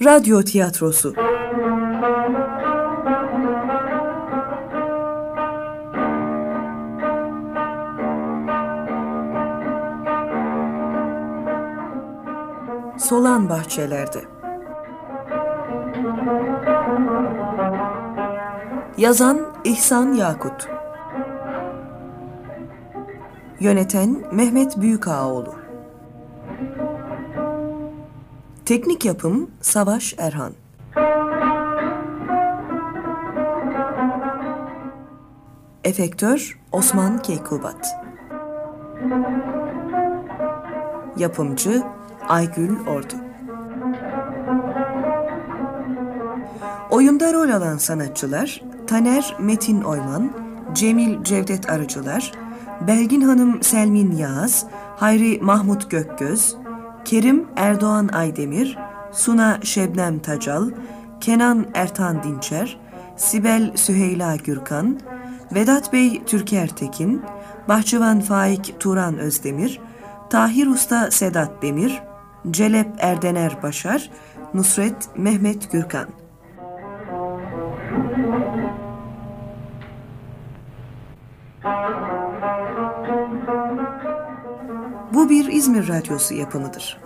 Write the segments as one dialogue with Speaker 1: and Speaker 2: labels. Speaker 1: Radyo tiyatrosu. Solan bahçelerde. Yazan İhsan Yakut. Yöneten Mehmet Büyükağaoğlu. Teknik yapım Savaş Erhan. Efektör Osman Keykubat. Yapımcı Aygül Ordu. Oyunda rol alan sanatçılar Taner Metin Oyman, Cemil Cevdet Arıcılar, Belgin Hanım Selmin Yağız, Hayri Mahmut Gökgöz, Kerim Erdoğan Aydemir, Suna Şebnem Tacal, Kenan Ertan Dinçer, Sibel Süheyla Gürkan, Vedat Bey Türker Tekin, Bahçıvan Faik Turan Özdemir, Tahir Usta Sedat Demir, Celep Erdener Başar, Nusret Mehmet Gürkan. Bu bir İzmir radyosu yapımıdır.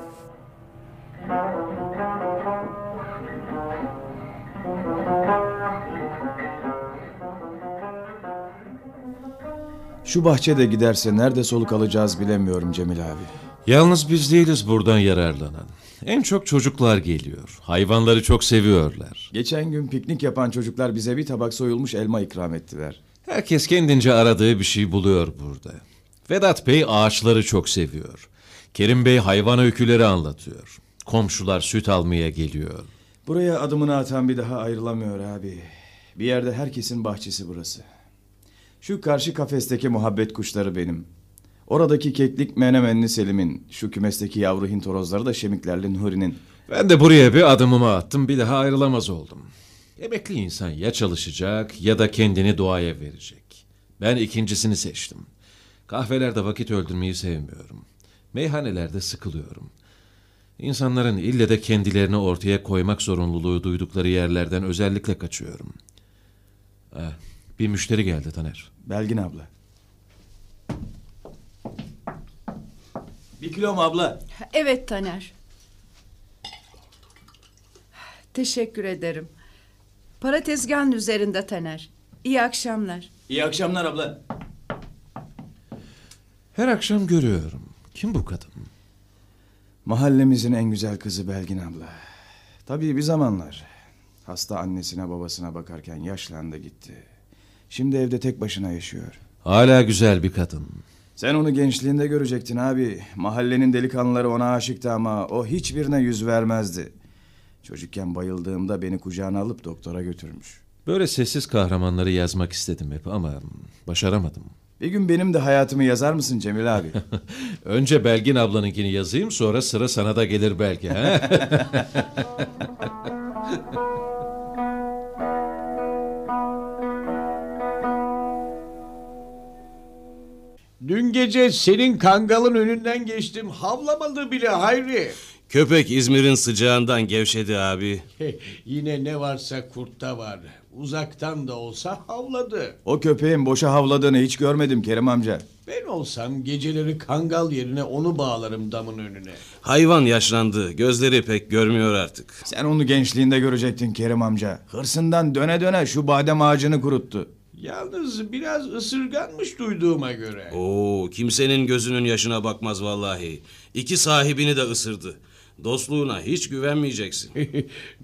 Speaker 2: Şu bahçe de giderse nerede soluk alacağız bilemiyorum Cemil abi.
Speaker 3: Yalnız biz değiliz buradan yararlanan. En çok çocuklar geliyor. Hayvanları çok seviyorlar.
Speaker 2: Geçen gün piknik yapan çocuklar bize bir tabak soyulmuş elma ikram ettiler.
Speaker 3: Herkes kendince aradığı bir şey buluyor burada. Vedat Bey ağaçları çok seviyor. Kerim Bey hayvan öyküleri anlatıyor. Komşular süt almaya geliyor.
Speaker 2: Buraya adımını atan bir daha ayrılamıyor abi. Bir yerde herkesin bahçesi burası. Şu karşı kafesteki muhabbet kuşları benim. Oradaki keklik menemenli Selim'in, şu kümesteki yavru hint horozları da şemiklerli Nuri'nin.
Speaker 3: Ben de buraya bir adımımı attım bir daha ayrılamaz oldum. Emekli insan ya çalışacak ya da kendini doğaya verecek. Ben ikincisini seçtim. Kahvelerde vakit öldürmeyi sevmiyorum. Meyhanelerde sıkılıyorum. İnsanların ille de kendilerini ortaya koymak zorunluluğu duydukları yerlerden özellikle kaçıyorum. Ah, bir müşteri geldi Taner.
Speaker 2: Belgin abla. Bir kilo mu abla?
Speaker 4: Evet Taner. Teşekkür ederim. Para tezgahın üzerinde Taner. İyi akşamlar.
Speaker 2: İyi akşamlar abla.
Speaker 3: Her akşam görüyorum. Kim bu kadın?
Speaker 2: Mahallemizin en güzel kızı Belgin abla. Tabii bir zamanlar hasta annesine babasına bakarken yaşlandı gitti. Şimdi evde tek başına yaşıyor.
Speaker 3: Hala güzel bir kadın.
Speaker 2: Sen onu gençliğinde görecektin abi. Mahallenin delikanlıları ona aşıktı ama o hiçbirine yüz vermezdi. Çocukken bayıldığımda beni kucağına alıp doktora götürmüş.
Speaker 3: Böyle sessiz kahramanları yazmak istedim hep ama başaramadım.
Speaker 2: Bir gün benim de hayatımı yazar mısın Cemil abi?
Speaker 3: Önce Belgin ablanınkini yazayım sonra sıra sana da gelir belki. He?
Speaker 5: Dün gece senin kangalın önünden geçtim. Havlamadı bile Hayri.
Speaker 6: Köpek İzmir'in sıcağından gevşedi abi.
Speaker 5: Heh, Yine ne varsa kurtta var. Uzaktan da olsa havladı.
Speaker 2: o köpeğin boşa havladığını hiç görmedim Kerim amca.
Speaker 5: Ben olsam geceleri kangal yerine onu bağlarım damın önüne.
Speaker 6: Hayvan yaşlandı. Gözleri pek görmüyor artık.
Speaker 2: Sen onu gençliğinde görecektin Kerim amca. Hırsından döne döne şu badem ağacını kuruttu.
Speaker 5: Yalnız biraz ısırganmış duyduğuma göre.
Speaker 6: Oo, kimsenin gözünün yaşına bakmaz vallahi. İki sahibini de ısırdı. Dostluğuna hiç güvenmeyeceksin.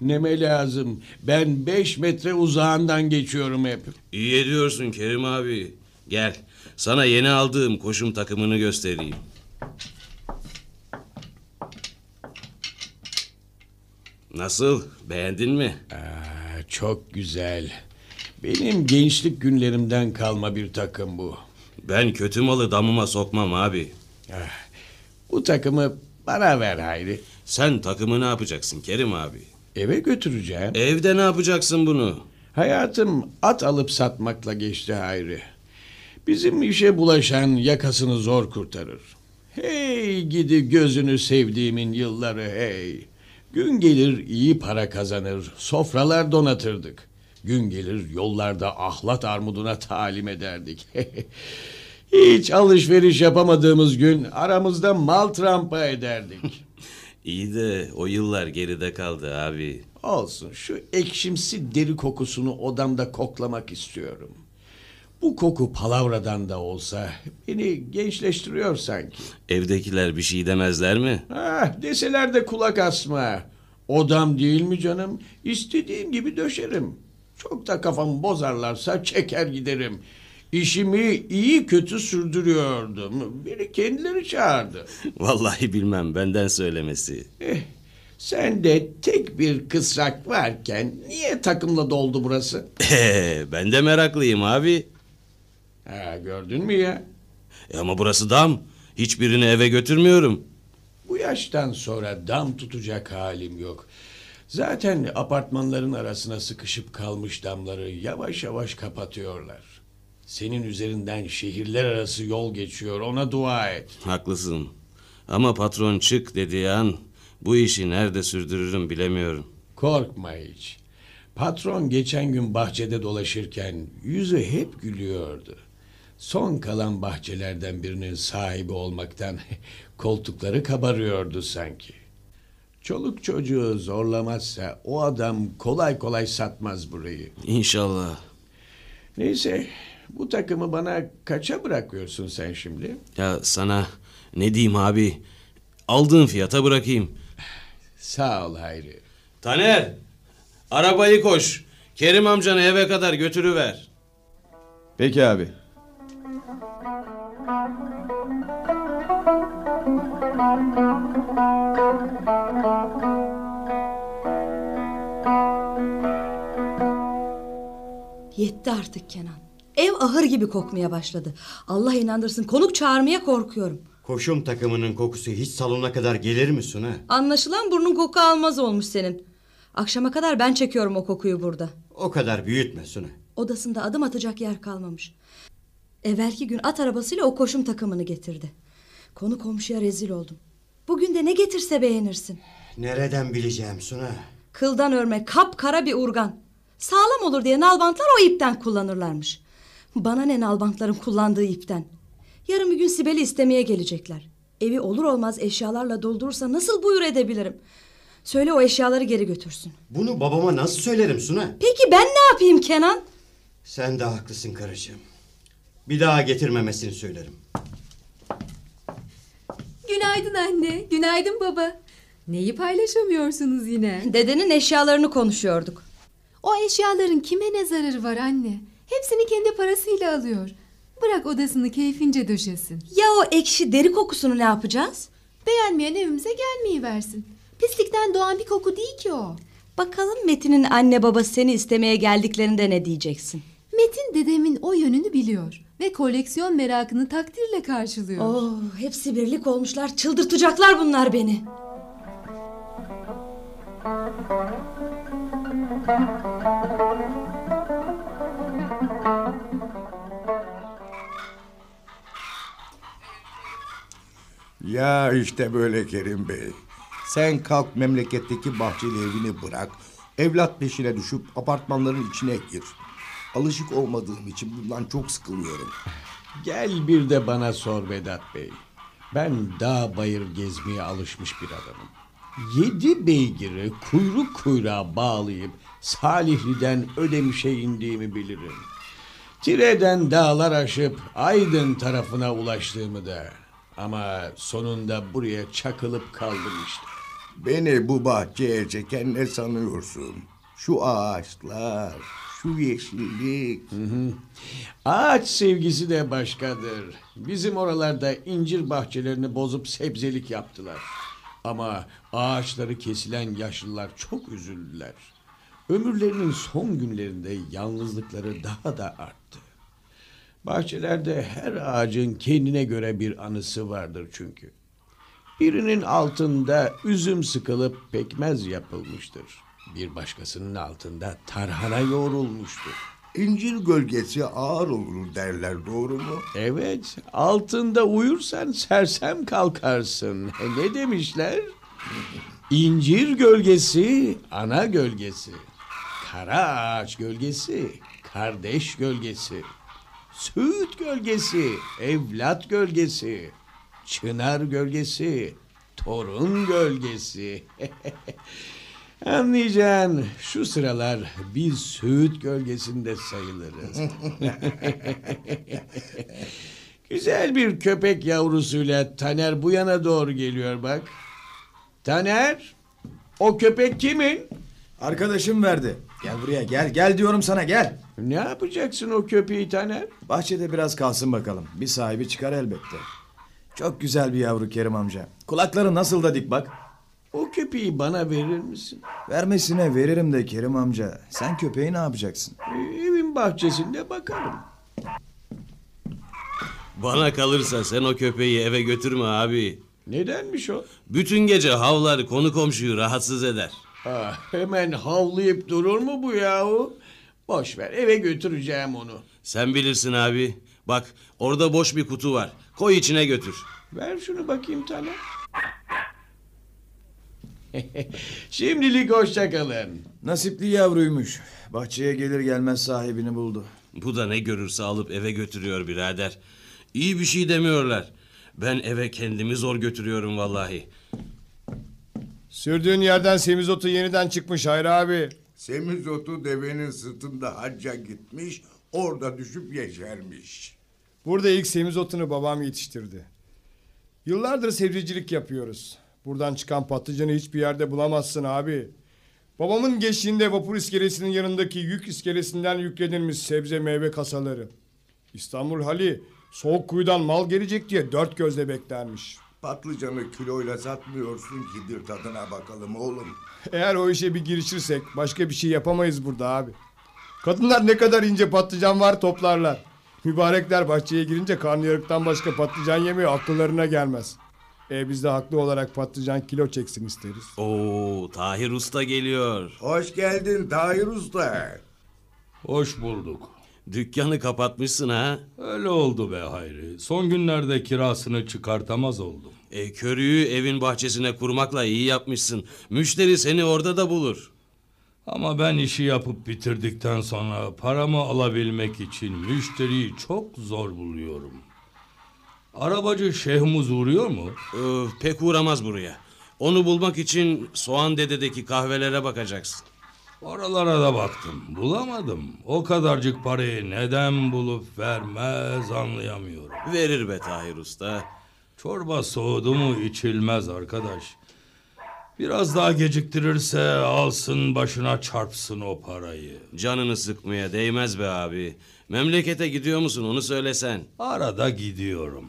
Speaker 5: Neme lazım. Ben 5 metre uzağından geçiyorum hep.
Speaker 6: İyi ediyorsun Kerim abi. Gel, sana yeni aldığım koşum takımını göstereyim. Nasıl? Beğendin mi?
Speaker 5: Aa, çok güzel. Benim gençlik günlerimden kalma bir takım bu.
Speaker 6: Ben kötü malı damıma sokmam abi.
Speaker 5: Ah, Bu takımı bana ver Hayri.
Speaker 6: Sen takımı ne yapacaksın Kerim abi?
Speaker 5: Eve götüreceğim.
Speaker 6: Evde ne yapacaksın bunu?
Speaker 5: Hayatım at alıp satmakla geçti Hayri. Bizim işe bulaşan yakasını zor kurtarır. Hey gidi gözünü sevdiğimin yılları hey. Gün gelir iyi para kazanır, sofralar donatırdık. Gün gelir yollarda ahlat armuduna talim ederdik. Hiç alışveriş yapamadığımız gün aramızda mal trampa ederdik.
Speaker 6: İyi de o yıllar geride kaldı abi.
Speaker 5: Olsun şu ekşimsi deri kokusunu odamda koklamak istiyorum. Bu koku palavradan da olsa beni gençleştiriyor sanki.
Speaker 6: Evdekiler bir şey demezler mi?
Speaker 5: Ah deseler de kulak asma. Odam değil mi canım? İstediğim gibi döşerim. Çok da kafamı bozarlarsa çeker giderim. İşimi iyi kötü sürdürüyordum. Beni kendileri çağırdı.
Speaker 6: Vallahi bilmem benden söylemesi.
Speaker 5: Eh, sen de tek bir kısrak varken niye takımla doldu burası?
Speaker 6: Ee, ben de meraklıyım abi.
Speaker 5: Ha, gördün mü ya?
Speaker 6: E ama burası dam. Hiçbirini eve götürmüyorum.
Speaker 5: Bu yaştan sonra dam tutacak halim yok. Zaten apartmanların arasına sıkışıp kalmış damları yavaş yavaş kapatıyorlar. Senin üzerinden şehirler arası yol geçiyor ona dua et.
Speaker 6: Haklısın. Ama patron çık dediği an bu işi nerede sürdürürüm bilemiyorum.
Speaker 5: Korkma hiç. Patron geçen gün bahçede dolaşırken yüzü hep gülüyordu. Son kalan bahçelerden birinin sahibi olmaktan koltukları kabarıyordu sanki. Çoluk çocuğu zorlamazsa o adam kolay kolay satmaz burayı.
Speaker 6: İnşallah.
Speaker 5: Neyse bu takımı bana kaça bırakıyorsun sen şimdi?
Speaker 6: Ya sana ne diyeyim abi? Aldığın fiyata bırakayım.
Speaker 5: Sağ ol Hayri.
Speaker 6: Taner! Arabayı koş. Kerim amcanı eve kadar götürüver.
Speaker 2: Peki abi.
Speaker 7: Yetti artık Kenan. Ev ahır gibi kokmaya başladı. Allah inandırsın konuk çağırmaya korkuyorum.
Speaker 8: Koşum takımının kokusu hiç salona kadar gelir mi Suna?
Speaker 7: Anlaşılan burnun koku almaz olmuş senin. Akşama kadar ben çekiyorum o kokuyu burada.
Speaker 8: O kadar büyütme Suna.
Speaker 7: Odasında adım atacak yer kalmamış. Evvelki gün at arabasıyla o koşum takımını getirdi. Konu komşuya rezil oldum. Bugün de ne getirse beğenirsin.
Speaker 8: Nereden bileceğim Suna?
Speaker 7: Kıldan örme kapkara bir urgan. Sağlam olur diye nalbantlar o ipten kullanırlarmış. Bana ne nalbantların kullandığı ipten. Yarın bir gün Sibel'i istemeye gelecekler. Evi olur olmaz eşyalarla doldurursa nasıl buyur edebilirim? Söyle o eşyaları geri götürsün.
Speaker 8: Bunu babama nasıl söylerim Suna?
Speaker 7: Peki ben ne yapayım Kenan?
Speaker 8: Sen de haklısın karıcığım. Bir daha getirmemesini söylerim.
Speaker 9: Günaydın anne, günaydın baba. Neyi paylaşamıyorsunuz yine?
Speaker 7: Dedenin eşyalarını konuşuyorduk.
Speaker 9: O eşyaların kime ne zararı var anne? Hepsini kendi parasıyla alıyor. Bırak odasını keyfince döşesin.
Speaker 7: Ya o ekşi deri kokusunu ne yapacağız?
Speaker 9: Beğenmeyen evimize gelmeyi versin. Pislikten doğan bir koku değil ki o.
Speaker 7: Bakalım Metin'in anne babası seni istemeye geldiklerinde ne diyeceksin?
Speaker 9: Metin dedemin o yönünü biliyor ve koleksiyon merakını takdirle karşılıyor.
Speaker 7: Oo, Oh, hepsi birlik olmuşlar. Çıldırtacaklar bunlar beni.
Speaker 10: Ya işte böyle Kerim Bey. Sen kalk memleketteki bahçeli evini bırak. Evlat peşine düşüp apartmanların içine gir. Alışık olmadığım için bundan çok sıkılıyorum.
Speaker 5: Gel bir de bana sor Vedat Bey. Ben dağ bayır gezmeye alışmış bir adamım. Yedi beygiri kuyruk kuyruğa bağlayıp Salihli'den Ödemiş'e indiğimi bilirim. Tire'den dağlar aşıp Aydın tarafına ulaştığımı da. Ama sonunda buraya çakılıp kaldım işte.
Speaker 10: Beni bu bahçeye çeken ne sanıyorsun? Şu ağaçlar, şu yeşillik.
Speaker 5: Ağaç sevgisi de başkadır. Bizim oralarda incir bahçelerini bozup sebzelik yaptılar. Ama ağaçları kesilen yaşlılar çok üzüldüler. Ömürlerinin son günlerinde yalnızlıkları daha da arttı. Bahçelerde her ağacın kendine göre bir anısı vardır çünkü. Birinin altında üzüm sıkılıp pekmez yapılmıştır. Bir başkasının altında tarhana yoğrulmuştur.
Speaker 10: İncir gölgesi ağır olur derler doğru mu?
Speaker 5: Evet, altında uyursan sersem kalkarsın. Ne demişler? E, İncir gölgesi ana gölgesi. Kara ağaç gölgesi kardeş gölgesi. Süt gölgesi evlat gölgesi. Çınar gölgesi torun gölgesi. Anlayacaksın şu sıralar biz Söğüt gölgesinde sayılırız. Güzel bir köpek yavrusuyla Taner bu yana doğru geliyor bak. Taner o köpek kimin?
Speaker 2: Arkadaşım verdi. Gel buraya gel. Gel diyorum sana gel.
Speaker 5: Ne yapacaksın o köpeği Taner?
Speaker 2: Bahçede biraz kalsın bakalım. Bir sahibi çıkar elbette. Çok güzel bir yavru Kerim amca. Kulakları nasıl da dik bak.
Speaker 5: O köpeği bana verir misin?
Speaker 2: Vermesine veririm de Kerim amca. Sen köpeği ne yapacaksın?
Speaker 5: Evin bahçesinde bakarım.
Speaker 6: Bana kalırsa sen o köpeği eve götürme abi.
Speaker 5: Nedenmiş o?
Speaker 6: Bütün gece havlar konu komşuyu rahatsız eder.
Speaker 5: Ah, hemen havlayıp durur mu bu yahu? Boş ver eve götüreceğim onu.
Speaker 6: Sen bilirsin abi. Bak orada boş bir kutu var. Koy içine götür.
Speaker 5: Ver şunu bakayım Taner. Şimdilik hoşça kalın.
Speaker 2: Nasipli yavruymuş. Bahçeye gelir gelmez sahibini buldu.
Speaker 6: Bu da ne görürse alıp eve götürüyor birader. İyi bir şey demiyorlar. Ben eve kendimi zor götürüyorum vallahi.
Speaker 11: Sürdüğün yerden semizotu yeniden çıkmış Hayri abi.
Speaker 10: Semizotu devenin sırtında hacca gitmiş, orada düşüp yeşermiş.
Speaker 11: Burada ilk semizotunu babam yetiştirdi. Yıllardır sebzecilik yapıyoruz. Buradan çıkan patlıcanı hiçbir yerde bulamazsın abi. Babamın geçtiğinde vapur iskelesinin yanındaki yük iskelesinden yüklenilmiş sebze meyve kasaları. İstanbul Hali soğuk kuyudan mal gelecek diye dört gözle beklermiş.
Speaker 10: Patlıcanı kiloyla satmıyorsun ki bir tadına bakalım oğlum.
Speaker 11: Eğer o işe bir girişirsek başka bir şey yapamayız burada abi. Kadınlar ne kadar ince patlıcan var toplarlar. Mübarekler bahçeye girince karnıyarıktan başka patlıcan yemiyor akıllarına gelmez. E biz de haklı olarak patlıcan kilo çeksin isteriz.
Speaker 6: Oo, Tahir Usta geliyor.
Speaker 10: Hoş geldin Tahir Usta.
Speaker 12: Hoş bulduk.
Speaker 6: Dükkanı kapatmışsın ha?
Speaker 12: Öyle oldu be Hayri. Son günlerde kirasını çıkartamaz oldum.
Speaker 6: E, körüğü evin bahçesine kurmakla iyi yapmışsın. Müşteri seni orada da bulur.
Speaker 12: Ama ben işi yapıp bitirdikten sonra paramı alabilmek için müşteriyi çok zor buluyorum. Arabacı Şehmuz uğruyor mu?
Speaker 6: Öh, pek uğramaz buraya. Onu bulmak için Soğan Dede'deki kahvelere bakacaksın.
Speaker 12: Oralara da baktım. Bulamadım. O kadarcık parayı neden bulup vermez anlayamıyorum.
Speaker 6: Verir be Tahir Usta.
Speaker 12: Çorba soğudu mu içilmez arkadaş. Biraz daha geciktirirse alsın başına çarpsın o parayı.
Speaker 6: Canını sıkmaya değmez be abi. Memlekete gidiyor musun onu söylesen.
Speaker 12: Arada gidiyorum.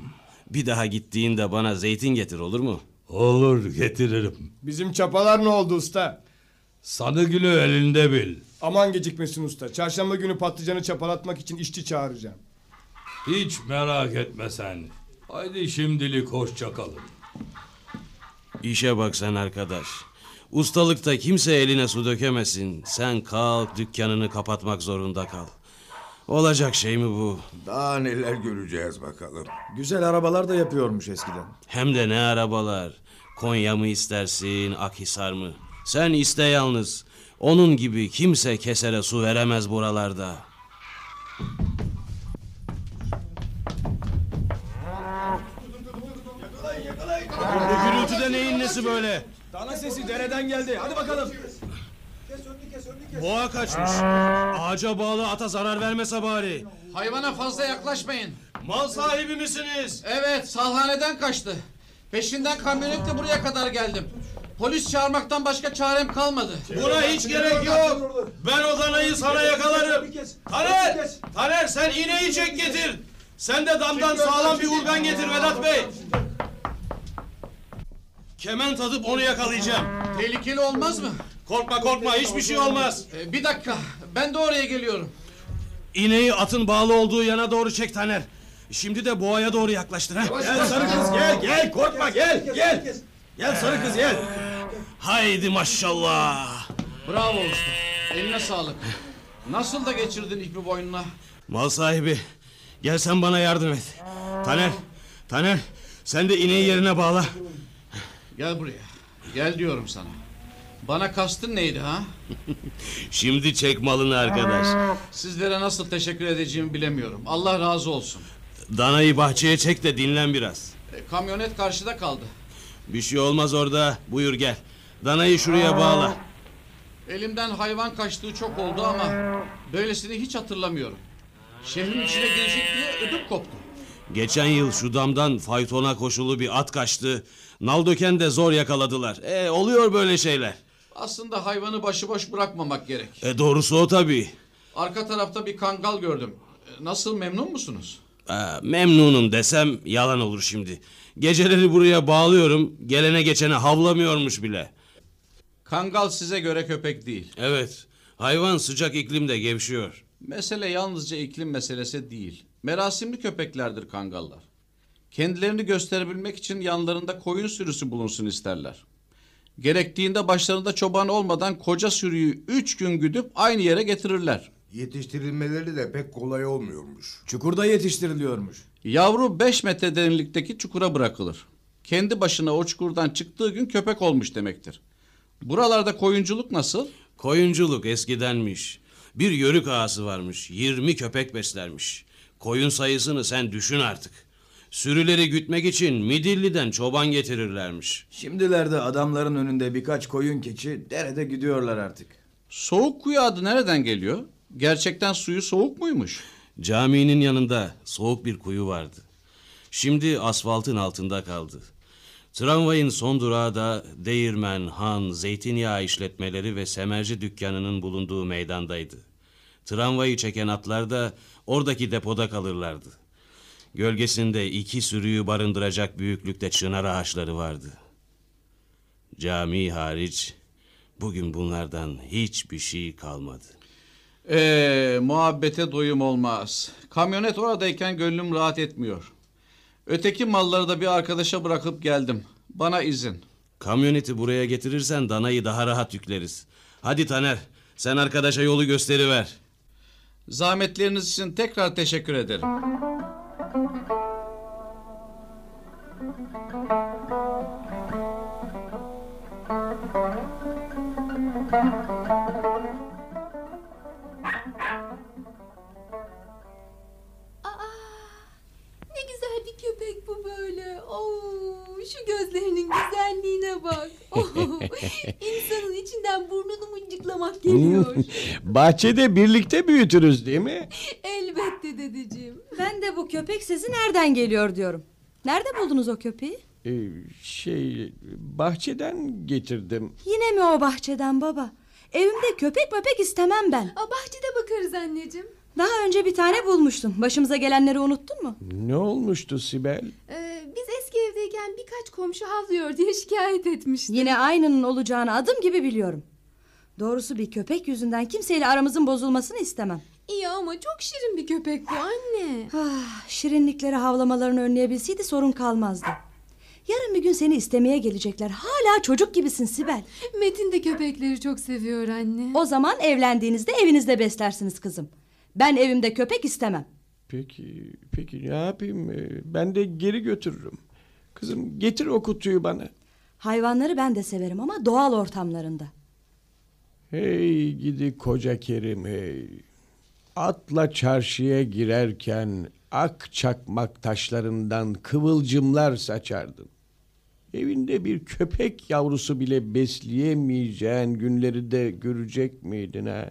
Speaker 6: Bir daha gittiğinde bana zeytin getir olur mu?
Speaker 12: Olur getiririm.
Speaker 11: Bizim çapalar ne oldu usta?
Speaker 12: Salı günü elinde bil.
Speaker 11: Aman gecikmesin usta. Çarşamba günü patlıcanı çapalatmak için işçi çağıracağım.
Speaker 12: Hiç merak etme sen. Haydi şimdilik hoşça kalın.
Speaker 6: İşe bak sen arkadaş. Ustalıkta kimse eline su dökemesin. Sen kalk dükkanını kapatmak zorunda kal. Olacak şey mi bu?
Speaker 10: Daha neler göreceğiz bakalım.
Speaker 2: Güzel arabalar da yapıyormuş eskiden.
Speaker 6: Hem de ne arabalar. Konya mı istersin, Akhisar mı? Sen iste yalnız. Onun gibi kimse kesere su veremez buralarda.
Speaker 13: Bu gürültü de neyin nesi böyle?
Speaker 2: Dana sesi dereden geldi. Hadi bakalım.
Speaker 13: Boğa kaçmış. Ağaca bağlı ata zarar vermese bari.
Speaker 14: Hayvana fazla yaklaşmayın.
Speaker 13: Mal sahibi misiniz?
Speaker 14: Evet, salhaneden kaçtı. Peşinden kamyonetle buraya kadar geldim. Polis çağırmaktan başka çarem kalmadı.
Speaker 13: Buna hiç gerek yok. Ben o danayı sana yakalarım. Taner! Taner sen iğneyi çek getir. Sen de damdan sağlam bir urgan getir Vedat Bey. Kemen tadıp onu yakalayacağım.
Speaker 14: Tehlikeli olmaz mı?
Speaker 13: Korkma korkma hiçbir şey olmaz.
Speaker 14: Ee, bir dakika, ben de oraya geliyorum.
Speaker 13: İğneyi atın bağlı olduğu yana doğru çek Taner. Şimdi de boğaya doğru yaklaştır. Ha? Gel sarı kız gel gel korkma gel gel. Gel sarı kız gel. Haydi maşallah.
Speaker 14: Bravo usta, eline sağlık. Nasıl da geçirdin ipi boynuna?
Speaker 13: Mal sahibi gel sen bana yardım et. Taner, Taner sen de ineği yerine bağla.
Speaker 14: Gel buraya. Gel diyorum sana. Bana kastın neydi ha?
Speaker 6: Şimdi çek malını arkadaş.
Speaker 14: Sizlere nasıl teşekkür edeceğimi bilemiyorum. Allah razı olsun.
Speaker 6: Danayı bahçeye çek de dinlen biraz.
Speaker 14: E, kamyonet karşıda kaldı.
Speaker 6: Bir şey olmaz orada. Buyur gel. Danayı şuraya bağla.
Speaker 14: Elimden hayvan kaçtığı çok oldu ama böylesini hiç hatırlamıyorum. Şehrin içine girecek diye ödüm koptu.
Speaker 6: Geçen yıl şu damdan faytona koşulu bir at kaçtı. Nal döken de zor yakaladılar. E oluyor böyle şeyler.
Speaker 14: Aslında hayvanı başıboş bırakmamak gerek.
Speaker 6: E doğrusu o tabii.
Speaker 14: Arka tarafta bir kangal gördüm. E, Nasıl memnun musunuz?
Speaker 6: E, memnunum desem yalan olur şimdi. Geceleri buraya bağlıyorum. Gelene geçene havlamıyormuş bile.
Speaker 14: Kangal size göre köpek değil.
Speaker 6: Evet. Hayvan sıcak iklimde gevşiyor.
Speaker 14: Mesele yalnızca iklim meselesi değil. Merasimli köpeklerdir kangallar. Kendilerini gösterebilmek için yanlarında koyun sürüsü bulunsun isterler. Gerektiğinde başlarında çoban olmadan koca sürüyü üç gün güdüp aynı yere getirirler.
Speaker 10: Yetiştirilmeleri de pek kolay olmuyormuş.
Speaker 14: Çukurda yetiştiriliyormuş. Yavru 5 metre derinlikteki çukura bırakılır. Kendi başına o çukurdan çıktığı gün köpek olmuş demektir. Buralarda koyunculuk nasıl?
Speaker 6: Koyunculuk eskidenmiş. Bir yörük ağası varmış. 20 köpek beslermiş. Koyun sayısını sen düşün artık. Sürüleri gütmek için Midilli'den çoban getirirlermiş.
Speaker 2: Şimdilerde adamların önünde birkaç koyun keçi derede gidiyorlar artık.
Speaker 14: Soğuk kuyu adı nereden geliyor? Gerçekten suyu soğuk muymuş?
Speaker 6: Caminin yanında soğuk bir kuyu vardı. Şimdi asfaltın altında kaldı. Tramvayın son durağı da Değirmen, Han, Zeytinyağı işletmeleri ve semerci dükkanının bulunduğu meydandaydı. Tramvayı çeken atlar da oradaki depoda kalırlardı. Gölgesinde iki sürüyü barındıracak büyüklükte çınar ağaçları vardı. Cami hariç bugün bunlardan hiçbir şey kalmadı.
Speaker 14: Eee Ee, muhabbete doyum olmaz. Kamyonet oradayken gönlüm rahat etmiyor. Öteki malları da bir arkadaşa bırakıp geldim. Bana izin.
Speaker 6: Kamyoneti buraya getirirsen danayı daha rahat yükleriz. Hadi Taner, sen arkadaşa yolu gösteriver.
Speaker 14: Zahmetleriniz için tekrar teşekkür ederim.
Speaker 9: Ne güzel bir köpek bu böyle. Oo, şu gözlerinin güzelliğine bak. Oo, insanın içinden burnunu mıncıklamak
Speaker 5: Hmm.
Speaker 9: geliyor.
Speaker 5: Bahçede birlikte büyütürüz değil mi?
Speaker 7: Elbette dedeciğim. Ben de bu köpek sesi nereden geliyor diyorum. Nerede buldunuz o köpeği?
Speaker 5: Ee, şey bahçeden getirdim.
Speaker 7: Yine mi o bahçeden baba? Evimde köpek möpek istemem ben.
Speaker 9: Aa, bahçede bakarız anneciğim.
Speaker 7: Daha önce bir tane bulmuştum. Başımıza gelenleri unuttun mu?
Speaker 5: Ne olmuştu Sibel?
Speaker 9: Ee, biz eski evdeyken birkaç komşu havlıyor diye şikayet etmişti.
Speaker 7: Yine aynının olacağını adım gibi biliyorum. Doğrusu bir köpek yüzünden kimseyle aramızın bozulmasını istemem.
Speaker 9: İyi ama çok şirin bir köpek bu anne.
Speaker 7: Ah, şirinlikleri havlamalarını önleyebilseydi sorun kalmazdı. Yarın bir gün seni istemeye gelecekler. Hala çocuk gibisin Sibel.
Speaker 9: Metin de köpekleri çok seviyor anne.
Speaker 7: O zaman evlendiğinizde evinizde beslersiniz kızım. Ben evimde köpek istemem.
Speaker 5: Peki, peki ne yapayım? Ee, Ben de geri götürürüm. Kızım getir o kutuyu bana.
Speaker 7: Hayvanları ben de severim ama doğal ortamlarında.
Speaker 5: Hey gidi koca Kerim hey. Atla çarşıya girerken ak çakmak taşlarından kıvılcımlar saçardın. Evinde bir köpek yavrusu bile besleyemeyeceğin günleri de görecek miydin ha?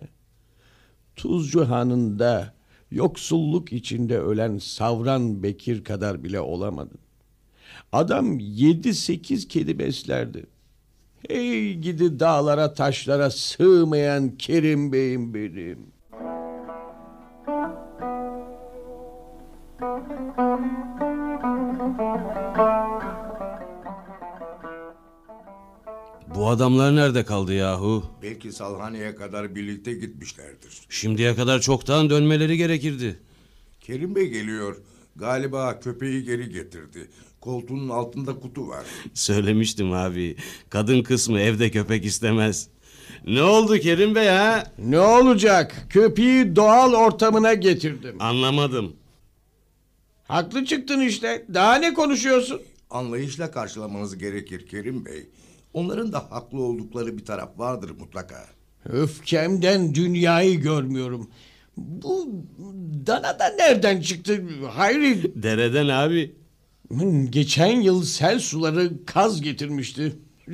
Speaker 5: Tuzcu Hanı'nda yoksulluk içinde ölen Savran Bekir kadar bile olamadın. Adam yedi sekiz kedi beslerdi. Hey gidi dağlara taşlara sığmayan Kerim Bey'im benim.
Speaker 6: Bu adamlar nerede kaldı yahu?
Speaker 10: Belki Salhane'ye kadar birlikte gitmişlerdir.
Speaker 6: Şimdiye kadar çoktan dönmeleri gerekirdi.
Speaker 10: Kerim Bey geliyor. Galiba köpeği geri getirdi. Koltuğunun altında kutu var.
Speaker 6: Söylemiştim abi. Kadın kısmı evde köpek istemez. Ne oldu Kerim Bey ha?
Speaker 5: Ne olacak? Köpeği doğal ortamına getirdim.
Speaker 6: Anlamadım.
Speaker 5: Haklı çıktın işte. Daha ne konuşuyorsun?
Speaker 10: Anlayışla karşılamanız gerekir Kerim Bey. Onların da haklı oldukları bir taraf vardır mutlaka.
Speaker 5: Öfkemden dünyayı görmüyorum. Bu dana da nereden çıktı Hayri?
Speaker 6: Dereden abi.
Speaker 5: Geçen yıl sel suları kaz getirmişti.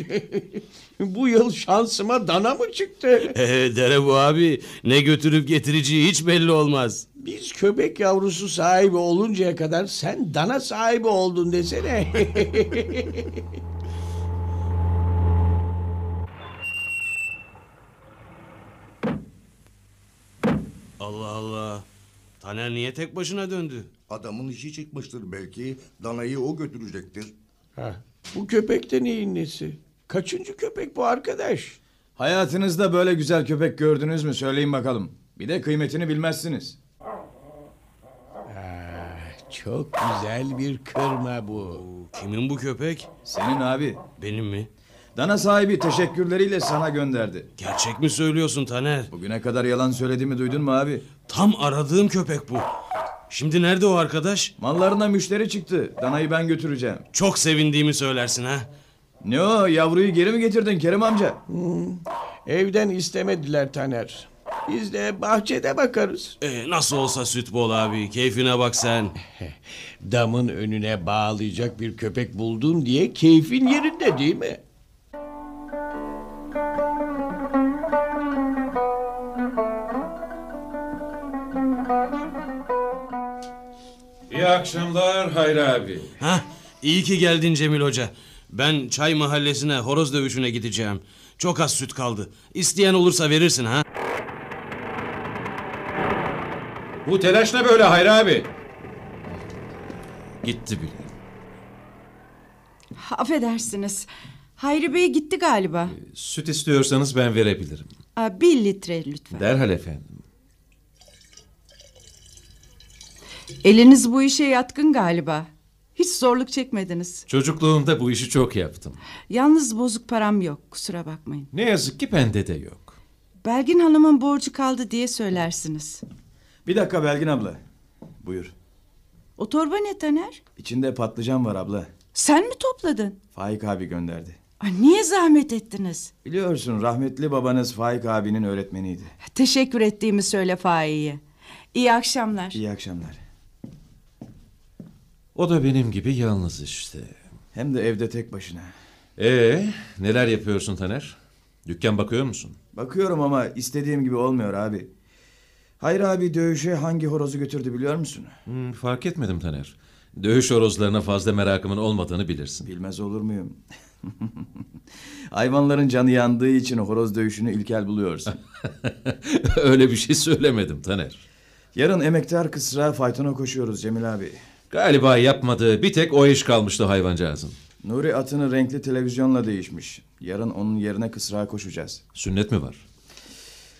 Speaker 5: Bu yıl şansıma dana mı çıktı?
Speaker 6: Ee, dere bu abi. Ne götürüp getireceği hiç belli olmaz.
Speaker 5: Biz köpek yavrusu sahibi oluncaya kadar sen dana sahibi oldun desene.
Speaker 6: Allah Allah. Taner niye tek başına döndü?
Speaker 10: Adamın işi çıkmıştır belki. Danayı o götürecektir.
Speaker 5: Bu köpek de neyin nesi? Kaçıncı köpek bu arkadaş?
Speaker 2: Hayatınızda böyle güzel köpek gördünüz mü söyleyin bakalım. Bir de kıymetini bilmezsiniz.
Speaker 5: Ah, Çok güzel bir kırma bu.
Speaker 6: Kimin bu köpek?
Speaker 2: Senin abi.
Speaker 6: Benim mi?
Speaker 2: Dana sahibi teşekkürleriyle sana gönderdi.
Speaker 6: Gerçek mi söylüyorsun Taner?
Speaker 2: Bugüne kadar yalan söylediğimi duydun mu abi?
Speaker 6: Tam aradığım köpek bu. Şimdi nerede o arkadaş?
Speaker 2: Mallarına müşteri çıktı. Danayı ben götüreceğim.
Speaker 6: Çok sevindiğimi söylersin ha.
Speaker 2: Ne o yavruyu geri mi getirdin Kerim amca?
Speaker 5: Hmm. Evden istemediler Taner. Biz de bahçede bakarız.
Speaker 6: Ee, nasıl olsa süt bol abi. Keyfine bak sen.
Speaker 5: Damın önüne bağlayacak bir köpek buldum diye keyfin yerinde değil mi?
Speaker 3: İyi akşamlar Hayri abi.
Speaker 6: Ha? İyi ki geldin Cemil Hoca. Ben çay mahallesine horoz dövüşüne gideceğim. Çok az süt kaldı. İsteyen olursa verirsin ha.
Speaker 3: Bu telaş ne böyle Hayri abi? Gitti bile.
Speaker 4: Affedersiniz. Hayri Bey gitti galiba.
Speaker 3: Süt istiyorsanız ben verebilirim.
Speaker 4: Aa, bir litre lütfen.
Speaker 3: Derhal efendim.
Speaker 4: Eliniz bu işe yatkın galiba. Hiç zorluk çekmediniz.
Speaker 3: Çocukluğumda bu işi çok yaptım.
Speaker 4: Yalnız bozuk param yok. Kusura bakmayın.
Speaker 3: Ne yazık ki bende de yok.
Speaker 4: Belgin Hanım'ın borcu kaldı diye söylersiniz.
Speaker 2: Bir dakika Belgin abla. Buyur.
Speaker 4: O torba ne Taner?
Speaker 2: İçinde patlıcan var abla.
Speaker 4: Sen mi topladın?
Speaker 2: Faik abi gönderdi.
Speaker 4: Ay, niye zahmet ettiniz?
Speaker 2: Biliyorsun rahmetli babanız Faik abinin öğretmeniydi.
Speaker 4: Teşekkür ettiğimi söyle Faik'e. İyi akşamlar.
Speaker 2: İyi akşamlar.
Speaker 3: O da benim gibi yalnız işte.
Speaker 2: Hem de evde tek başına.
Speaker 3: Ee, neler yapıyorsun Taner? Dükkan bakıyor musun?
Speaker 2: Bakıyorum ama istediğim gibi olmuyor abi. Hayır abi dövüşe hangi horozu götürdü biliyor musun?
Speaker 3: Hmm, fark etmedim Taner. Dövüş horozlarına fazla merakımın olmadığını bilirsin.
Speaker 2: Bilmez olur muyum? Hayvanların canı yandığı için horoz dövüşünü ilkel buluyorsun.
Speaker 3: Öyle bir şey söylemedim Taner.
Speaker 2: Yarın emektar kısra faytona koşuyoruz Cemil abi.
Speaker 3: Galiba yapmadığı bir tek o iş kalmıştı hayvancağızın.
Speaker 2: Nuri atını renkli televizyonla değişmiş. Yarın onun yerine kısra koşacağız.
Speaker 3: Sünnet mi var?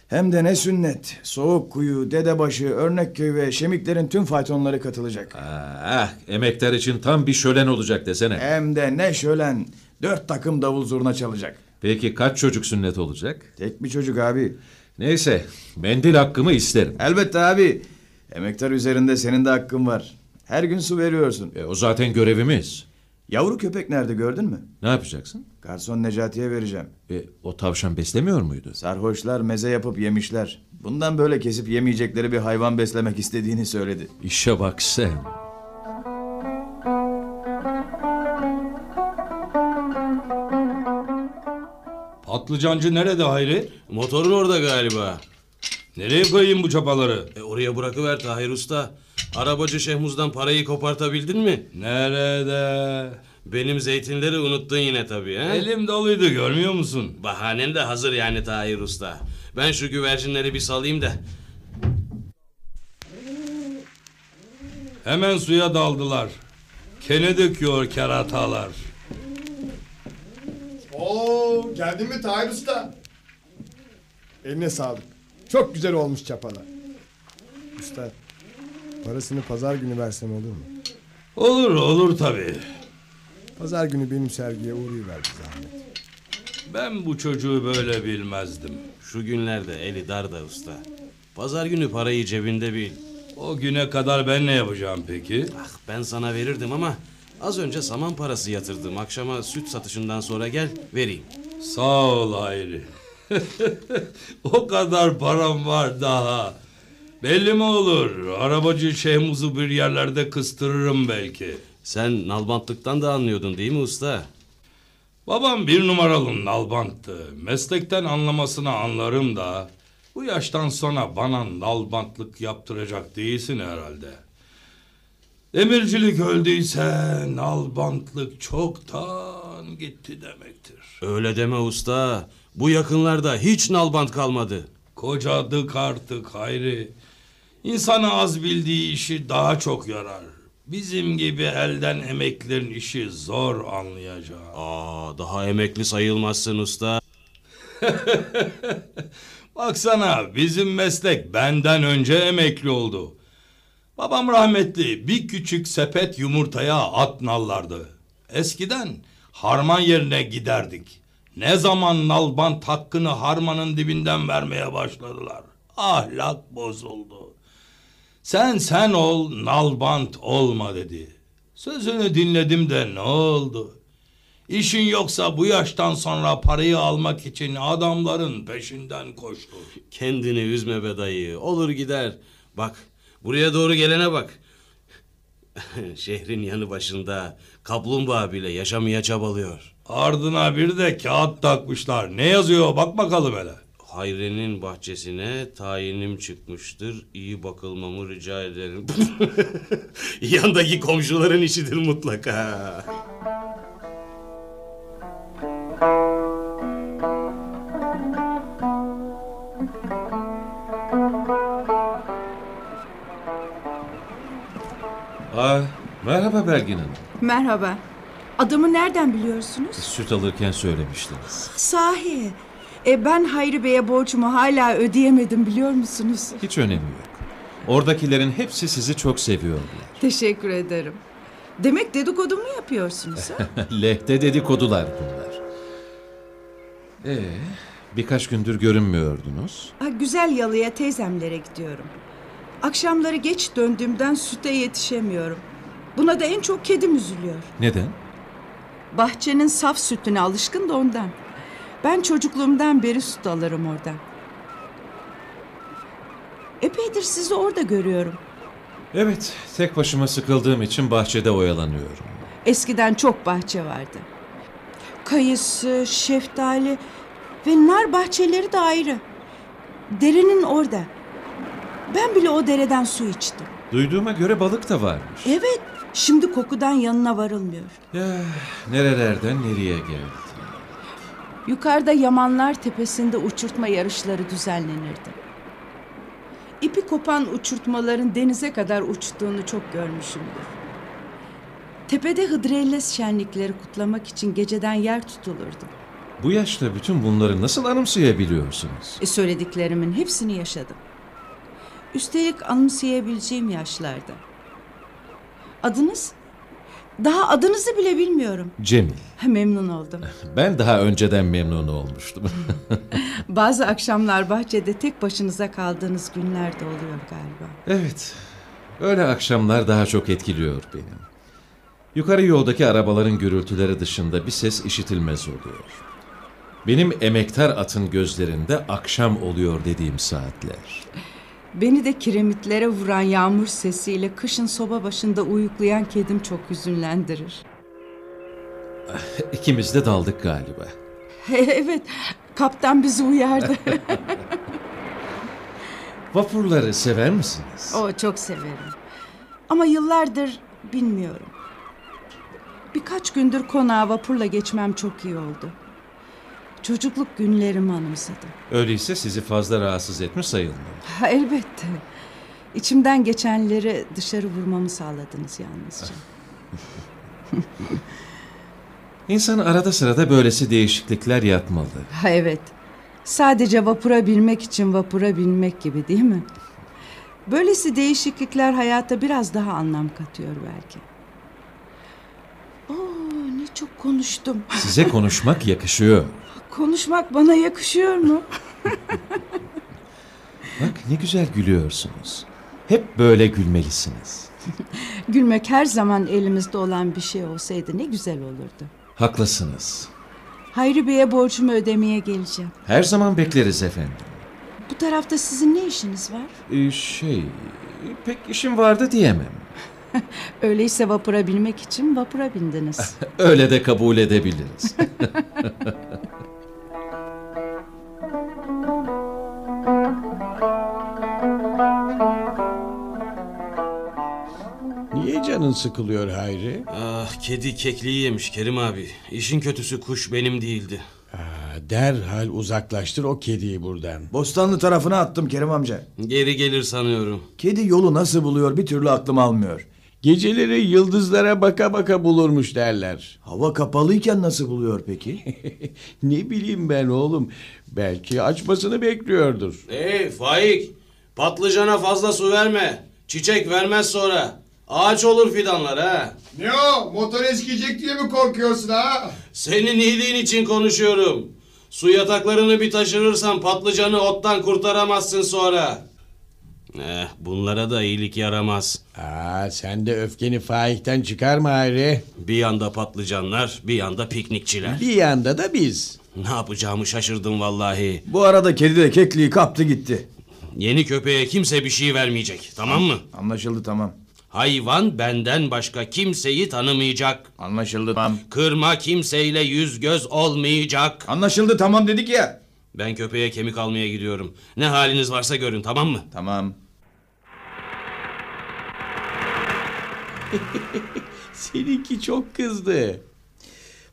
Speaker 2: Hem de ne sünnet. Soğukkuyu, Dedebaşı, Örnekköy ve Şemiklerin tüm faytonları katılacak.
Speaker 3: Ah, emekler için tam bir şölen olacak desene.
Speaker 2: Hem de ne şölen. Dört takım davul zurna çalacak.
Speaker 3: Peki kaç çocuk sünnet olacak?
Speaker 2: Tek bir çocuk abi.
Speaker 3: Neyse, mendil hakkımı isterim.
Speaker 2: Elbette abi. Emektar üzerinde senin de hakkın var. Her gün su veriyorsun.
Speaker 3: E, o zaten görevimiz.
Speaker 2: Yavru köpek nerede gördün mü?
Speaker 3: Ne yapacaksın?
Speaker 2: Garson Necati'ye vereceğim.
Speaker 3: E, o tavşan beslemiyor muydu?
Speaker 2: Sarhoşlar meze yapıp yemişler. Bundan böyle kesip yemeyecekleri bir hayvan beslemek istediğini söyledi.
Speaker 3: İşe bak sen.
Speaker 12: Patlıcancı nerede Hayri?
Speaker 6: Motorun orada galiba.
Speaker 12: Nereye koyayım bu çapaları?
Speaker 6: E, oraya bırakıver Tahir Usta. Arabacı Şehmuz'dan parayı kopartabildin mi?
Speaker 12: Nerede?
Speaker 6: Benim zeytinleri unuttun yine tabii ha?
Speaker 12: Elim doluydu görmüyor musun?
Speaker 6: Bahanen de hazır yani Tahir Usta. Ben şu güvercinleri bir salayım da.
Speaker 12: Hemen suya daldılar. Kene döküyor keratalar.
Speaker 11: Oo, geldin mi Tahir Usta? Eline sağlık. Çok güzel olmuş çapalar. Usta, parasını pazar günü versem olur mu?
Speaker 12: Olur olur tabii.
Speaker 11: Pazar günü benim sergiye uğrayıver bir zahmet.
Speaker 12: Ben bu çocuğu böyle bilmezdim.
Speaker 6: Şu günlerde eli dar da usta. Pazar günü parayı cebinde bil.
Speaker 12: O güne kadar ben ne yapacağım peki?
Speaker 6: Ben sana Ah, verirdim ama Az önce saman parası yatırdım. Akşama süt satışından sonra gel vereyim.
Speaker 12: Sağ ol Hayri. o kadar param var daha. Belli mi olur? Arabacı Şehmuz'u bir yerlerde kıstırırım belki.
Speaker 6: Sen nalbantlıktan da anlıyordun değil mi usta?
Speaker 12: Babam bir numaralı nalbanttı. Meslekten anlamasını anlarım da. Bu yaştan sonra bana nalbantlık yaptıracak değilsin herhalde. Demircilik öldüyse nalbantlık çoktan gitti demektir.
Speaker 6: Öyle deme usta. Bu yakınlarda hiç nalbant kalmadı.
Speaker 12: Kocadık artık Hayri. İnsana az bildiği işi daha çok yarar. Bizim gibi elden emeklerin işi zor anlayacağım.
Speaker 6: Aa, daha emekli sayılmazsın usta.
Speaker 12: Baksana bizim meslek benden önce emekli oldu. Babam rahmetli bir küçük sepet yumurtaya at nallardı. Eskiden harman yerine giderdik. Ne zaman nalbant hakkını harmanın dibinden vermeye başladılar. Ahlak bozuldu. Sen sen ol nalbant olma dedi. Sözünü dinledim de ne oldu? İşin yoksa bu yaştan sonra parayı almak için adamların peşinden koştu.
Speaker 6: Kendini üzme be dayı. Olur gider. Bak buraya doğru gelene bak. Şehrin yanı başında kaplumbağa bile yaşamaya çabalıyor.
Speaker 12: Ardına bir de kağıt takmışlar. Ne yazıyor bak bakalım hele.
Speaker 6: Hayri'nin bahçesine tayinim çıkmıştır. İyi bakılmamı rica ederim. Yandaki komşuların işidir mutlaka.
Speaker 3: Aa, Ah, merhaba Belgin Hanım.
Speaker 15: Merhaba. Adamı nereden biliyorsunuz?
Speaker 3: Süt alırken söylemiştiniz.
Speaker 15: Sahi. E ben Hayri Bey'e borcumu hala ödeyemedim biliyor musunuz?
Speaker 3: Hiç önemi yok. Oradakilerin hepsi sizi çok seviyorlar.
Speaker 15: Teşekkür ederim. Demek dedikodumu yapıyorsunuz ha?
Speaker 3: Lehte dedikodular bunlar. Ee, birkaç gündür görünmüyordunuz.
Speaker 15: Ha, Ah, Güzel yalıya teyzemlere gidiyorum. Akşamları geç döndüğümden süte yetişemiyorum. Buna da en çok kedim üzülüyor.
Speaker 3: Neden?
Speaker 15: Bahçenin saf sütüne alışkın da ondan. Ben çocukluğumdan beri süt alırım oradan. Epeydir sizi orada görüyorum.
Speaker 3: Evet, tek başıma sıkıldığım için bahçede oyalanıyorum.
Speaker 15: Eskiden çok bahçe vardı. Kayısı, şeftali ve nar bahçeleri de ayrı. Derenin orada. Ben bile o dereden su içtim.
Speaker 3: Duyduğuma göre balık da var.
Speaker 15: Evet, şimdi kokudan yanına varılmıyor.
Speaker 3: Ya, Eh, nerelerden nereye geldi?
Speaker 15: Yukarıda Yamanlar Tepesi'nde uçurtma yarışları düzenlenirdi. İpi kopan uçurtmaların denize kadar uçtuğunu çok görmüşümdür. Tepede hıdrellez şenlikleri kutlamak için geceden yer tutulurdu.
Speaker 3: Bu yaşta bütün bunları nasıl anımsayabiliyorsunuz?
Speaker 15: E, söylediklerimin hepsini yaşadım. Üstelik anımsayabileceğim yaşlarda. Adınız? Daha adınızı bile bilmiyorum.
Speaker 3: Cemil,
Speaker 15: Ha, Memnun oldum.
Speaker 3: ben daha önceden memnun olmuştum.
Speaker 15: Bazı akşamlar bahçede tek başınıza kaldığınız günler de oluyor galiba.
Speaker 3: evet, öyle akşamlar daha çok etkiliyor beni. Yukarı yoldaki arabaların gürültüleri dışında bir ses işitilmez oluyor. Benim emektar atın gözlerinde akşam oluyor dediğim saatler.
Speaker 15: Beni de kiremitlere vuran yağmur sesiyle kışın soba başında uyuklayan kedim çok hüzünlendirir.
Speaker 3: İkimiz Ah, de daldık galiba.
Speaker 15: evet, kaptan bizi uyardı.
Speaker 3: Vapurları sever misin?
Speaker 15: o çok severim. Ama yıllardır bilmiyorum. Birkaç gündür konağa vapurla geçmem çok iyi oldu. Çocukluk günlerimi anımsadım.
Speaker 3: Öyleyse sizi fazla rahatsız etmiş sayılmam.
Speaker 15: Ha, elbette. İçimden geçenleri dışarı vurmamı sağladınız yalnızca.
Speaker 3: İnsan arada sırada böylesi değişiklikler yapmalı.
Speaker 15: Ha evet. Sadece vapura binmek için vapura binmek gibi değil mi? Böylesi değişiklikler hayata biraz daha anlam katıyor belki. Oo ne çok konuştum.
Speaker 3: Size konuşmak yakışıyor.
Speaker 15: Konuşmak bana yakışıyor mu?
Speaker 3: Bak ne güzel gülüyorsunuz. Hep böyle gülmelisiniz.
Speaker 15: Gülmek her zaman elimizde olan bir şey olsaydı ne güzel olurdu.
Speaker 3: Haklısınız.
Speaker 15: Hayri Bey'e borcumu ödemeye geleceğim.
Speaker 3: Her zaman bekleriz efendim.
Speaker 15: Bu tarafta sizin ne işiniz var?
Speaker 3: Ee, şey, pek işim vardı diyemem.
Speaker 15: Öyleyse vapura binmek için vapura bindiniz.
Speaker 3: Öyle de kabul edebiliriz.
Speaker 5: Niye canın sıkılıyor Hayri?
Speaker 6: Ah kedi kekliği yemiş Kerim abi. İşin kötüsü kuş benim değildi.
Speaker 5: Derhal uzaklaştır o kediyi buradan.
Speaker 2: Bostanlı tarafına attım Kerim amca.
Speaker 6: Geri gelir sanıyorum.
Speaker 2: Kedi yolu nasıl buluyor bir türlü aklım almıyor.
Speaker 5: Geceleri yıldızlara baka baka bulurmuş derler.
Speaker 2: Hava kapalıyken nasıl buluyor peki?
Speaker 5: ne bileyim ben oğlum. Belki açmasını bekliyordur.
Speaker 6: Ey Faik patlıcana fazla su verme. Çiçek vermez sonra. Ağaç olur fidanlar ha.
Speaker 11: Ne o? Motor eskiyecek diye mi korkuyorsun ha?
Speaker 6: Senin iyiliğin için konuşuyorum. Su yataklarını bir taşırırsan patlıcanı ottan kurtaramazsın sonra. Eh, bunlara da iyilik yaramaz.
Speaker 5: Aa, sen de öfkeni faikten çıkarma Hayri.
Speaker 6: Bir yanda patlıcanlar, bir yanda piknikçiler.
Speaker 5: Bir yanda da biz.
Speaker 6: Ne yapacağımı şaşırdım vallahi.
Speaker 2: Bu arada kedi de kekliği kaptı gitti.
Speaker 6: Yeni köpeğe kimse bir şey vermeyecek, tamam mı?
Speaker 2: Anlaşıldı tamam.
Speaker 6: Hayvan benden başka kimseyi tanımayacak.
Speaker 2: Anlaşıldı tamam.
Speaker 6: Kırma kimseyle yüz göz olmayacak.
Speaker 2: Anlaşıldı tamam dedik ya.
Speaker 6: Ben köpeğe kemik almaya gidiyorum. Ne haliniz varsa görün tamam mı?
Speaker 2: Tamam.
Speaker 5: Seninki çok kızdı.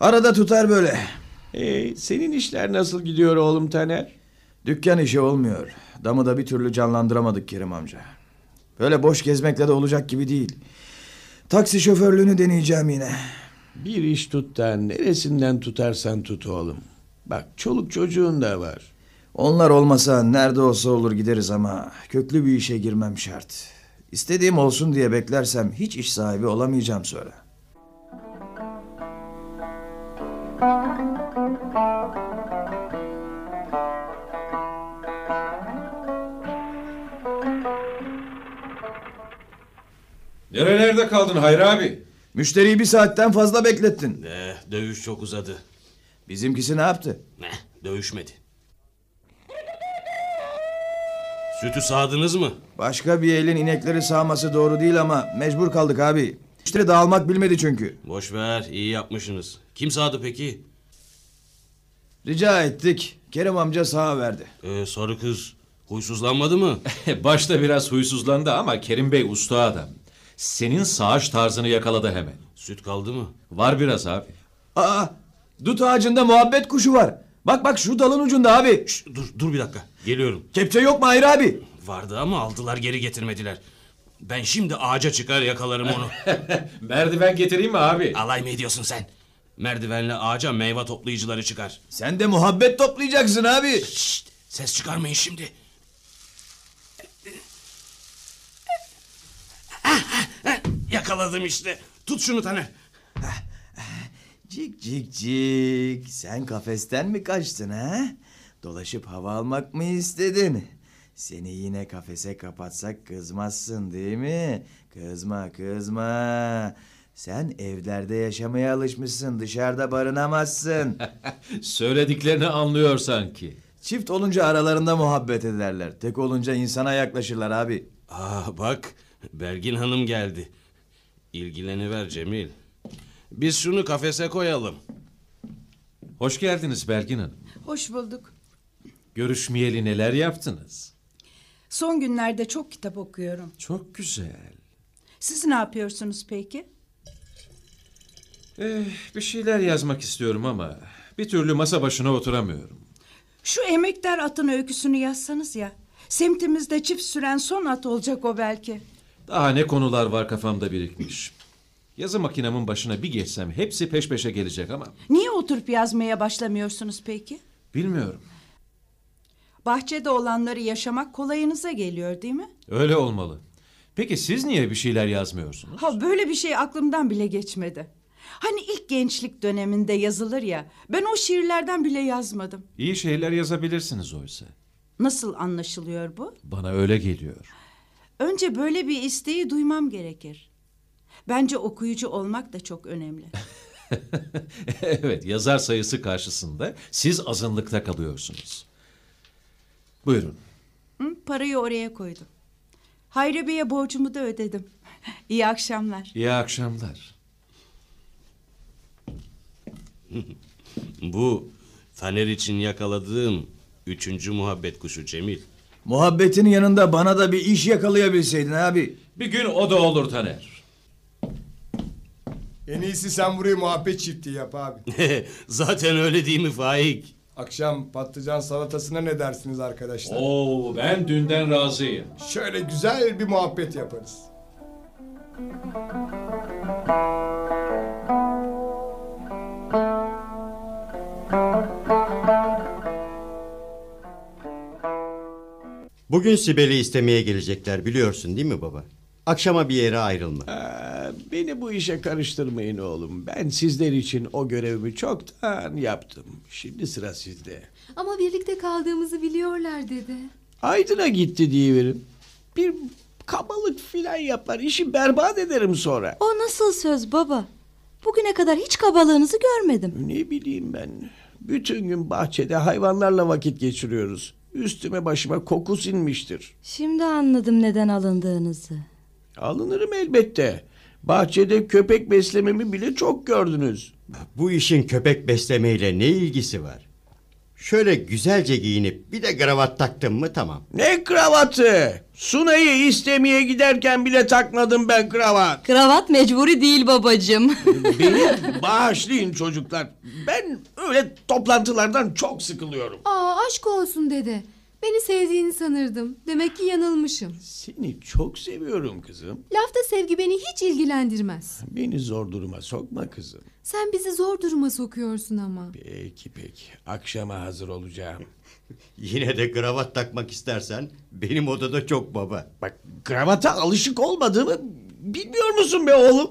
Speaker 2: Arada tutar böyle.
Speaker 5: Ee, senin işler nasıl gidiyor oğlum Taner?
Speaker 2: Dükkan işi olmuyor. Damı da bir türlü canlandıramadık Kerim amca. Böyle boş gezmekle de olacak gibi değil. Taksi şoförlüğünü deneyeceğim yine.
Speaker 5: Bir iş tut da neresinden tutarsan tut oğlum. Bak çoluk çocuğun da var.
Speaker 2: Onlar olmasa nerede olsa olur gideriz ama köklü bir işe girmem şart. İstediğim olsun diye beklersem hiç iş sahibi olamayacağım sonra.
Speaker 3: Nerelerde kaldın Hayri abi?
Speaker 2: Müşteriyi bir saatten fazla beklettin.
Speaker 6: Eh, dövüş çok uzadı.
Speaker 2: Bizimkisi ne yaptı?
Speaker 6: Eh, dövüşmedi. Sütü sağdınız mı?
Speaker 2: Başka bir elin inekleri sağması doğru değil ama mecbur kaldık abi. Müşteri dağılmak bilmedi çünkü.
Speaker 6: Boş ver, iyi yapmışsınız. Kim sağdı peki?
Speaker 2: Rica ettik. Kerim amca sağ verdi.
Speaker 6: Ee, sarı kız huysuzlanmadı mı?
Speaker 3: Başta biraz huysuzlandı ama Kerim Bey usta adam. Senin sağaç tarzını yakaladı hemen.
Speaker 6: Süt kaldı mı?
Speaker 3: Var biraz abi.
Speaker 2: Aa, dut ağacında muhabbet kuşu var. Bak bak şu dalın ucunda abi. Şşt,
Speaker 6: dur dur bir dakika. Geliyorum.
Speaker 2: Kepçe yok mu Hayri abi?
Speaker 6: Vardı ama aldılar geri getirmediler. Ben şimdi ağaca çıkar yakalarım onu.
Speaker 3: Merdiven getireyim mi abi?
Speaker 6: Alay mı ediyorsun sen? Merdivenle ağaca meyve toplayıcıları çıkar.
Speaker 2: Sen de muhabbet toplayacaksın abi.
Speaker 6: Şşt, ses çıkarmayın şimdi. Ah, ah, ah, Yakaladım işte. Tut şunu Taner.
Speaker 2: Cik cik cik. Sen kafesten mi kaçtın ha? Dolaşıp hava almak mı istedin? Seni yine kafese kapatsak kızmazsın değil mi? Kızma kızma. Sen evlerde yaşamaya alışmışsın. Dışarıda barınamazsın.
Speaker 3: Söylediklerini anlıyor sanki.
Speaker 2: Çift olunca aralarında muhabbet ederler. Tek olunca insana yaklaşırlar abi.
Speaker 6: Aa Ah, bak Belgin Hanım geldi. İlgileniver Cemil. Biz şunu kafese koyalım.
Speaker 3: Hoş geldiniz Belgin Hanım.
Speaker 15: Hoş bulduk.
Speaker 3: Görüşmeyeli neler yaptınız?
Speaker 15: Son günlerde çok kitap okuyorum.
Speaker 3: Çok güzel.
Speaker 15: Siz ne yapıyorsunuz peki?
Speaker 3: Eh, bir şeyler yazmak istiyorum ama bir türlü masa başına oturamıyorum.
Speaker 15: Şu emektar atın öyküsünü yazsanız ya. Semtimizde çift süren son at olacak o belki.
Speaker 3: Daha ne konular var kafamda birikmiş. Yazı makinemin başına bir geçsem hepsi peş peşe gelecek ama
Speaker 15: Niye oturup yazmaya başlamıyorsunuz peki?
Speaker 3: bilmiyorum.
Speaker 15: Bahçede olanları yaşamak kolayınıza geliyor değil mi?
Speaker 3: Öyle olmalı. Peki siz niye bir şeyler yazmıyorsunuz?
Speaker 15: Ha böyle bir şey aklımdan bile geçmedi. Hani ilk gençlik döneminde yazılır ya. Ben o şiirlerden bile yazmadım.
Speaker 3: İyi şeyler yazabilirsiniz oysa.
Speaker 15: Nasıl anlaşılıyor bu?
Speaker 3: Bana öyle geliyor.
Speaker 15: Önce böyle bir isteği duymam gerekir. Bence okuyucu olmak da çok önemli.
Speaker 3: evet, yazar sayısı karşısında siz azınlıkta kalıyorsunuz. Buyurun.
Speaker 15: Hı, parayı oraya koydum. Hayri Bey'e borcumu da ödedim. İyi akşamlar.
Speaker 3: İyi akşamlar.
Speaker 6: Bu Taner için yakaladığım üçüncü muhabbet kuşu Cemil.
Speaker 2: Muhabbetinin yanında bana da bir iş yakalayabilseydin abi.
Speaker 3: Bir gün o da olur Taner.
Speaker 11: En iyisi sen burayı muhabbet çiftliği yap abi.
Speaker 6: Zaten öyle değil mi Faik?
Speaker 11: Akşam patlıcan salatasına ne dersiniz arkadaşlar?
Speaker 3: Oo ben dünden razıyım.
Speaker 11: Şöyle güzel bir muhabbet yaparız.
Speaker 8: Bugün Sibel'i istemeye gelecekler biliyorsun değil mi baba? Akşama bir yere ayrılma.
Speaker 5: Beni bu işe karıştırmayın oğlum. Ben sizler için o görevimi çoktan yaptım. Şimdi sıra sizde.
Speaker 9: Ama birlikte kaldığımızı biliyorlar dedi.
Speaker 5: Aydın'a gitti diyebilirim. Bir kabalık filan yapar. İşi berbat ederim sonra.
Speaker 7: O nasıl söz baba? Bugüne kadar hiç kabalığınızı görmedim.
Speaker 5: Ne bileyim ben. Bütün gün bahçede hayvanlarla vakit geçiriyoruz. Üstüme başıma koku sinmiştir.
Speaker 7: Şimdi anladım neden alındığınızı.
Speaker 5: Alınırım elbette. Bahçede köpek beslememi bile çok gördünüz.
Speaker 8: Bu işin köpek beslemeyle ne ilgisi var? Şöyle güzelce giyinip bir de kravat taktın mı tamam.
Speaker 5: Ne kravatı? Suna'yı istemeye giderken bile takmadım ben kravat.
Speaker 7: Kravat mecburi değil babacığım.
Speaker 5: Beni bağışlayın çocuklar. Ben öyle toplantılardan çok sıkılıyorum.
Speaker 9: Aa aşk olsun dedi. Beni sevdiğini sanırdım. Demek ki yanılmışım.
Speaker 5: Seni çok seviyorum kızım.
Speaker 9: Lafta sevgi beni hiç ilgilendirmez.
Speaker 5: Beni zor duruma sokma kızım.
Speaker 9: Sen bizi zor duruma sokuyorsun ama.
Speaker 5: Peki peki. Akşama hazır olacağım.
Speaker 8: Yine de kravat takmak istersen benim odada çok baba.
Speaker 5: Bak kravata alışık olmadığımı bilmiyor musun be oğlum?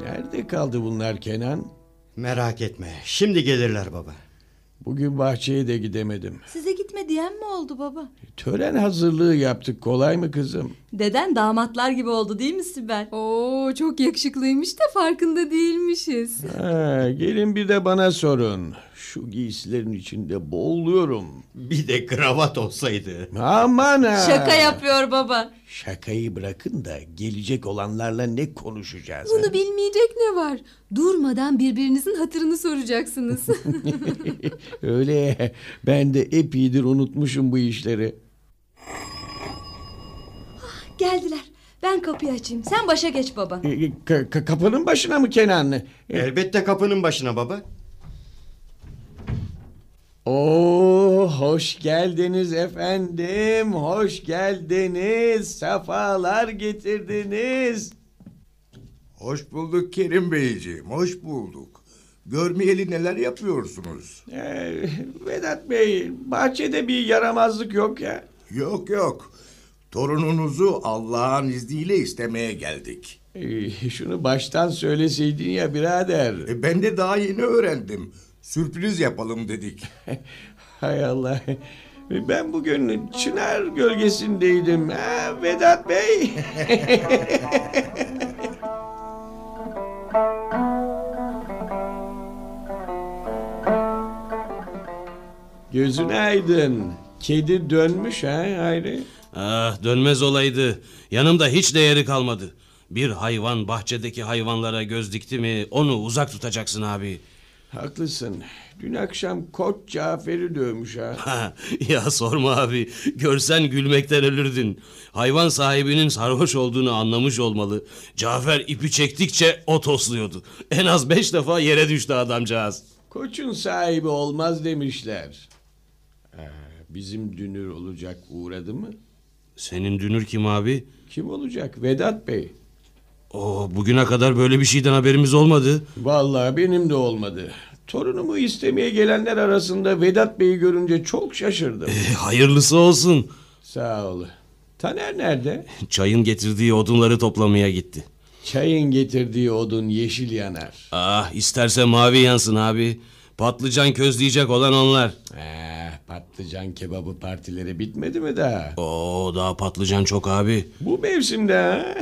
Speaker 5: Nerede kaldı bunlar Kenan?
Speaker 8: Merak etme. Şimdi gelirler baba.
Speaker 5: Bugün bahçeye de gidemedim.
Speaker 7: Size gitme diyen mi oldu baba?
Speaker 5: Tören hazırlığı yaptık. Kolay mı kızım?
Speaker 7: Deden damatlar gibi oldu değil mi Sibel?
Speaker 9: Oo çok yakışıklıymış da farkında değilmişiz.
Speaker 5: Ha, gelin bir de bana sorun. Şu giysilerin içinde boğuluyorum.
Speaker 8: Bir de kravat olsaydı.
Speaker 5: Aman ha.
Speaker 7: Şaka yapıyor baba.
Speaker 5: Şakayı bırakın da gelecek olanlarla ne konuşacağız? ha?
Speaker 9: Bunu bilmeyecek ne var? Durmadan birbirinizin hatırını soracaksınız.
Speaker 5: Öyle. Ben de epeydir unutmuşum bu işleri.
Speaker 7: Geldiler. Ben kapıyı açayım. Sen başa geç baba.
Speaker 5: E, e, ka- ka- kapının başına mı Kenan? E,
Speaker 8: Elbette kapının başına baba.
Speaker 5: Oo, Oh, hoş geldiniz efendim. Hoş geldiniz. Sefalar getirdiniz.
Speaker 10: Hoş bulduk Kerim Beyciğim, hoş bulduk. Görmeyeli neler yapıyorsunuz?
Speaker 5: Ee, Vedat Bey, bahçede bir yaramazlık yok ya.
Speaker 10: Yok yok. Torununuzu Allah'ın izniyle istemeye geldik.
Speaker 5: şunu baştan söyleseydin ya birader.
Speaker 10: E, ben de daha yeni öğrendim. Sürpriz yapalım dedik.
Speaker 5: Hay Allah. E, Ben bugün çınar gölgesindeydim. Ha, Vedat Bey. Gözün aydın. Kedi dönmüş ha Hayri.
Speaker 6: Ah dönmez olaydı. Yanımda hiç değeri kalmadı. Bir hayvan bahçedeki hayvanlara göz dikti mi onu uzak tutacaksın abi.
Speaker 5: Haklısın. Dün akşam Koç Cafer'i dövmüş ha.
Speaker 6: Ha, ya sorma abi. Görsen gülmekten ölürdün. Hayvan sahibinin sarhoş olduğunu anlamış olmalı. Cafer ipi çektikçe o tosluyordu. En az beş defa yere düştü adamcağız.
Speaker 5: Koçun sahibi olmaz demişler. Ee, bizim dünür olacak uğradı mı?
Speaker 6: Senin dünür kim abi?
Speaker 5: Kim olacak? Vedat Bey.
Speaker 6: Oo, bugüne kadar böyle bir şeyden haberimiz olmadı.
Speaker 5: Vallahi benim de olmadı. Torunumu istemeye gelenler arasında Vedat Bey'i görünce çok şaşırdım.
Speaker 6: Eh, Hayırlısı olsun.
Speaker 5: Sağ ol. Taner nerede?
Speaker 6: Çayın getirdiği odunları toplamaya gitti.
Speaker 5: Çayın getirdiği odun yeşil yanar.
Speaker 6: Ah isterse mavi yansın abi. Patlıcan közleyecek olan onlar. Eh,
Speaker 5: patlıcan kebabı partileri bitmedi mi daha?
Speaker 6: Oo daha patlıcan çok abi.
Speaker 5: Bu mevsimde ha?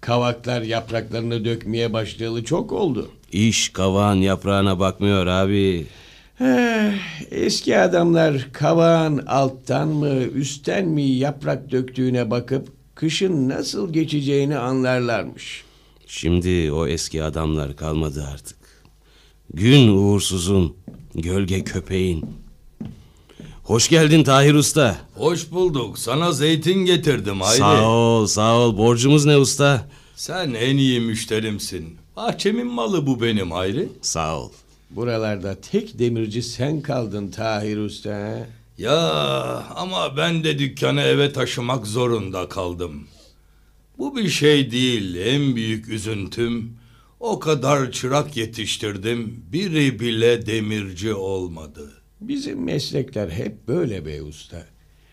Speaker 5: Kavaklar yapraklarını dökmeye başlayalı çok oldu.
Speaker 6: İş kavağın yaprağına bakmıyor abi.
Speaker 5: Eh, Eski adamlar kavağın alttan mı üstten mi yaprak döktüğüne bakıp kışın nasıl geçeceğini anlarlarmış.
Speaker 6: Şimdi o eski adamlar kalmadı artık. Gün uğursuzun, gölge köpeğin. Hoş geldin Tahir Usta.
Speaker 12: Hoş bulduk. Sana zeytin getirdim haydi.
Speaker 6: Sağ ol, sağ ol. Borcumuz ne usta?
Speaker 12: Sen en iyi müşterimsin. Bahçemin malı bu benim Hayri.
Speaker 6: Sağ ol.
Speaker 5: Buralarda tek demirci sen kaldın Tahir Usta. ha?
Speaker 12: Ya ama ben de dükkanı eve taşımak zorunda kaldım. Bu bir şey değil. En büyük üzüntüm o kadar çırak yetiştirdim. Biri bile demirci olmadı.
Speaker 5: Bizim meslekler hep böyle be usta.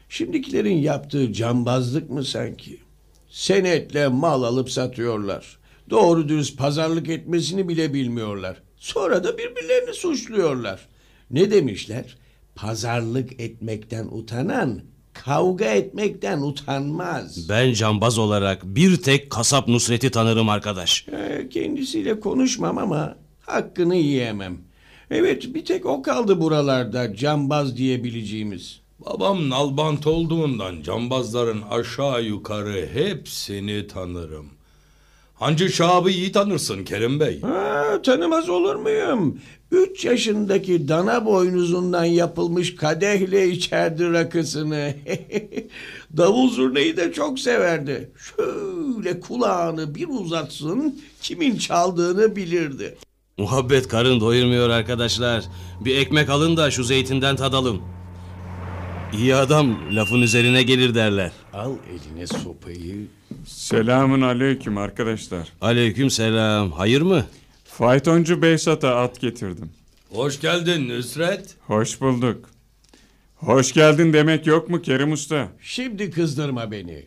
Speaker 5: Şimdikilerin yaptığı cambazlık mı sanki? Senetle mal alıp satıyorlar. Doğru dürüst pazarlık etmesini bile bilmiyorlar. Sonra da birbirlerini suçluyorlar. Ne demişler? Pazarlık etmekten utanan kavga etmekten utanmaz.
Speaker 6: Ben cambaz olarak bir tek kasap Nusret'i tanırım arkadaş.
Speaker 5: Ee, Kendisiyle konuşmam ama hakkını yiyemem. Evet bir tek o kaldı buralarda cambaz diyebileceğimiz.
Speaker 12: Babam nalbant olduğundan cambazların aşağı yukarı hepsini tanırım. Hancı Şahap'ı iyi tanırsın Kerim Bey.
Speaker 5: Ha, tanımaz olur muyum? Üç yaşındaki dana boynuzundan yapılmış kadehle içerdi rakısını. Davul zurnayı da çok severdi. Şöyle kulağını bir uzatsın kimin çaldığını bilirdi.
Speaker 6: Muhabbet karın doyurmuyor arkadaşlar. Bir ekmek alın da şu zeytinden tadalım. İyi adam lafın üzerine gelir derler.
Speaker 5: Al eline sopayı.
Speaker 16: Selamun aleyküm arkadaşlar.
Speaker 6: Aleyküm selam. Hayır mı?
Speaker 16: Faytoncu Behzat'a at getirdim.
Speaker 12: Hoş geldin Nusret.
Speaker 16: Hoş bulduk. Hoş geldin demek yok mu Kerim Usta?
Speaker 5: Şimdi kızdırma beni.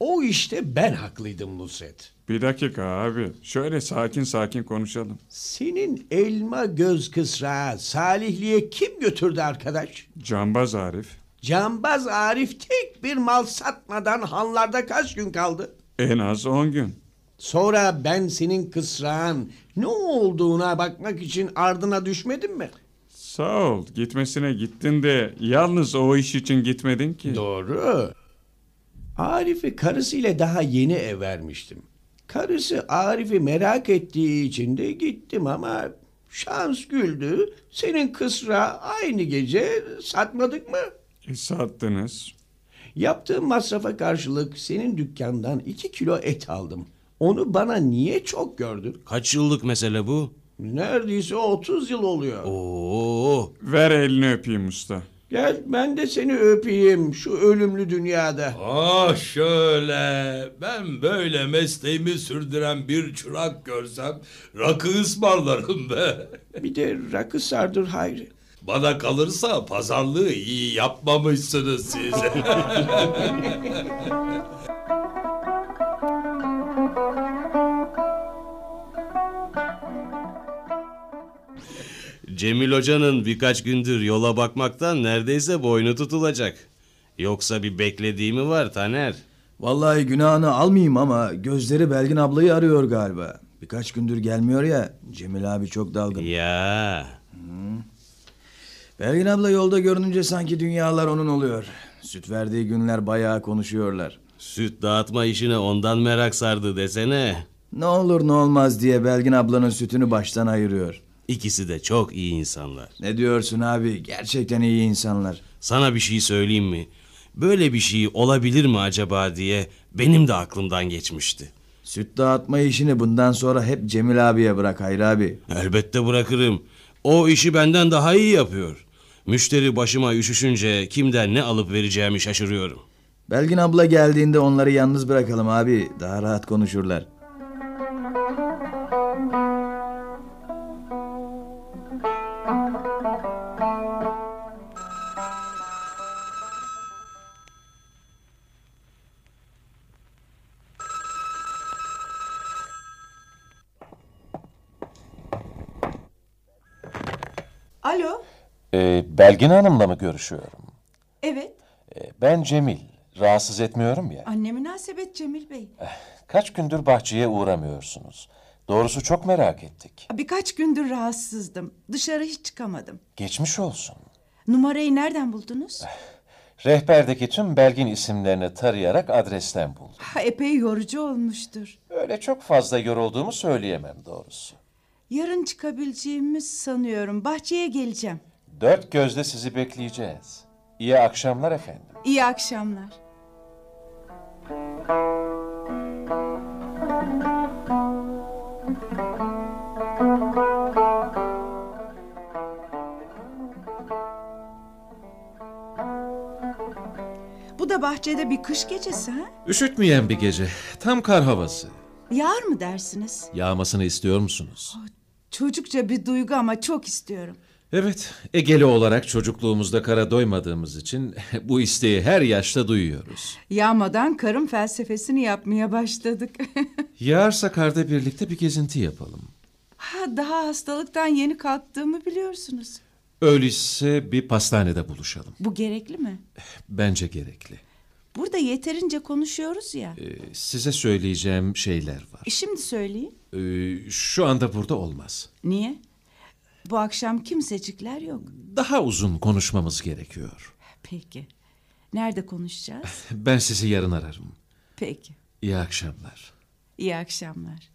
Speaker 5: O işte ben haklıydım Nusret.
Speaker 16: Bir dakika abi. Şöyle sakin sakin konuşalım.
Speaker 5: Senin elma göz kısrağı Salihli'ye kim götürdü arkadaş?
Speaker 16: Cambaz Arif.
Speaker 5: Cambaz Arif tek bir mal satmadan hanlarda kaç gün kaldı?
Speaker 16: En az 10 gün.
Speaker 5: Sonra ben senin kısrağın ne olduğuna bakmak için ardına düşmedim mi?
Speaker 16: Sağ ol. Gitmesine gittin de yalnız o iş için gitmedin ki.
Speaker 5: Doğru. Arif'i karısıyla daha yeni ev vermiştim. Karısı Arif'i merak ettiği için de gittim ama şans güldü. Senin kısra aynı gece satmadık mı?
Speaker 16: sattınız.
Speaker 5: Yaptığım masrafa karşılık senin dükkandan iki kilo et aldım. Onu bana niye çok gördün?
Speaker 6: Kaç yıllık mesele bu?
Speaker 5: Neredeyse 30 yıl oluyor.
Speaker 6: Oo.
Speaker 16: Ver elini öpeyim usta.
Speaker 5: Gel ben de seni öpeyim şu ölümlü dünyada.
Speaker 12: Ah şöyle ben böyle mesleğimi sürdüren bir çırak görsem rakı ısmarlarım be.
Speaker 5: Bir de rakı sardır Hayri.
Speaker 12: Bana kalırsa pazarlığı iyi yapmamışsınız siz.
Speaker 6: Cemil Hoca'nın birkaç gündür yola bakmaktan neredeyse boynu tutulacak. Yoksa bir beklediği mi var Taner?
Speaker 2: Vallahi günahını almayayım ama gözleri Belgin ablayı arıyor galiba. Birkaç gündür gelmiyor ya Cemil abi çok dalgın.
Speaker 6: Ya.
Speaker 2: Belgin abla yolda görününce sanki dünyalar onun oluyor. Süt verdiği günler bayağı konuşuyorlar.
Speaker 6: Süt dağıtma işine ondan merak sardı desene.
Speaker 2: Ne olur ne olmaz diye Belgin ablanın sütünü baştan ayırıyor.
Speaker 6: İkisi de çok iyi insanlar.
Speaker 2: Ne diyorsun abi? Gerçekten iyi insanlar.
Speaker 6: Sana bir şey söyleyeyim mi? Böyle bir şey olabilir mi acaba diye benim de aklımdan geçmişti.
Speaker 2: Süt dağıtma işini bundan sonra hep Cemil abiye bırak Hayri abi.
Speaker 6: Elbette bırakırım. O işi benden daha iyi yapıyor. Müşteri başıma üşüşünce kimden ne alıp vereceğimi şaşırıyorum.
Speaker 2: Belgin abla geldiğinde onları yalnız bırakalım abi. Daha rahat konuşurlar.
Speaker 15: Alo.
Speaker 3: Ee, Belgin Hanım'la mı görüşüyorum?
Speaker 15: Evet.
Speaker 3: Ee, ben Cemil. Rahatsız etmiyorum ya.
Speaker 15: Anne münasebet Cemil Bey.
Speaker 3: Kaç gündür bahçeye uğramıyorsunuz? Doğrusu çok merak ettik.
Speaker 15: Birkaç gündür rahatsızdım. Dışarı hiç çıkamadım.
Speaker 3: Geçmiş olsun.
Speaker 15: Numarayı nereden buldunuz?
Speaker 3: Rehberdeki tüm Belgin isimlerini tarayarak adresten buldum.
Speaker 15: Ha, epey yorucu olmuştur.
Speaker 3: Öyle çok fazla yorulduğumu söyleyemem doğrusu.
Speaker 15: Yarın çıkabileceğimi sanıyorum. Bahçeye geleceğim.
Speaker 3: Dört gözle sizi bekleyeceğiz. İyi akşamlar efendim.
Speaker 15: İyi akşamlar. Bu da bahçede bir kış gecesi ha?
Speaker 3: Üşütmeyen bir gece. Tam kar havası.
Speaker 15: Yağar mı dersiniz?
Speaker 3: Yağmasını istiyor musunuz?
Speaker 15: Çocukça bir duygu ama çok istiyorum.
Speaker 3: Evet, Egeli olarak çocukluğumuzda kara doymadığımız için bu isteği her yaşta duyuyoruz.
Speaker 15: Yağmadan karın felsefesini yapmaya başladık.
Speaker 3: Yağarsa karda birlikte bir gezinti yapalım.
Speaker 15: ha, daha hastalıktan yeni kalktığımı biliyorsunuz.
Speaker 3: Öyleyse bir pastanede buluşalım.
Speaker 15: Bu gerekli mi?
Speaker 3: Bence gerekli.
Speaker 15: Burada yeterince konuşuyoruz ya.
Speaker 3: Ee, size söyleyeceğim şeyler var.
Speaker 15: E, şimdi söyleyin.
Speaker 3: Ee, şu anda burada olmaz.
Speaker 15: Niye? Bu akşam kimsecikler yok.
Speaker 3: Daha uzun konuşmamız gerekiyor.
Speaker 15: Peki. Nerede konuşacağız?
Speaker 3: Ben sizi yarın ararım.
Speaker 15: Peki.
Speaker 3: İyi akşamlar.
Speaker 15: İyi akşamlar.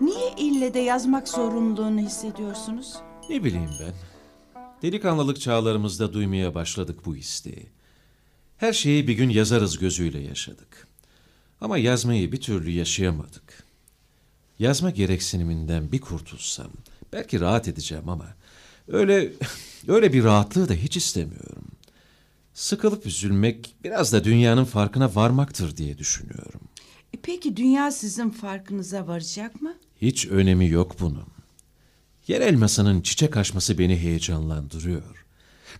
Speaker 15: Niye ille de yazmak zorunluluğunu hissediyorsunuz?
Speaker 3: Ne bileyim ben. Delikanlılık çağlarımızda duymaya başladık bu isteği. Her şeyi bir gün yazarız gözüyle yaşadık. Ama yazmayı bir türlü yaşayamadık. Yazma gereksiniminden bir kurtulsam belki rahat edeceğim ama öyle öyle bir rahatlığı da hiç istemiyorum. Sıkılıp üzülmek biraz da dünyanın farkına varmaktır diye düşünüyorum.
Speaker 15: E peki dünya sizin farkınıza varacak mı?
Speaker 3: Hiç önemi yok bunun. Yer elmasının çiçek açması beni heyecanlandırıyor.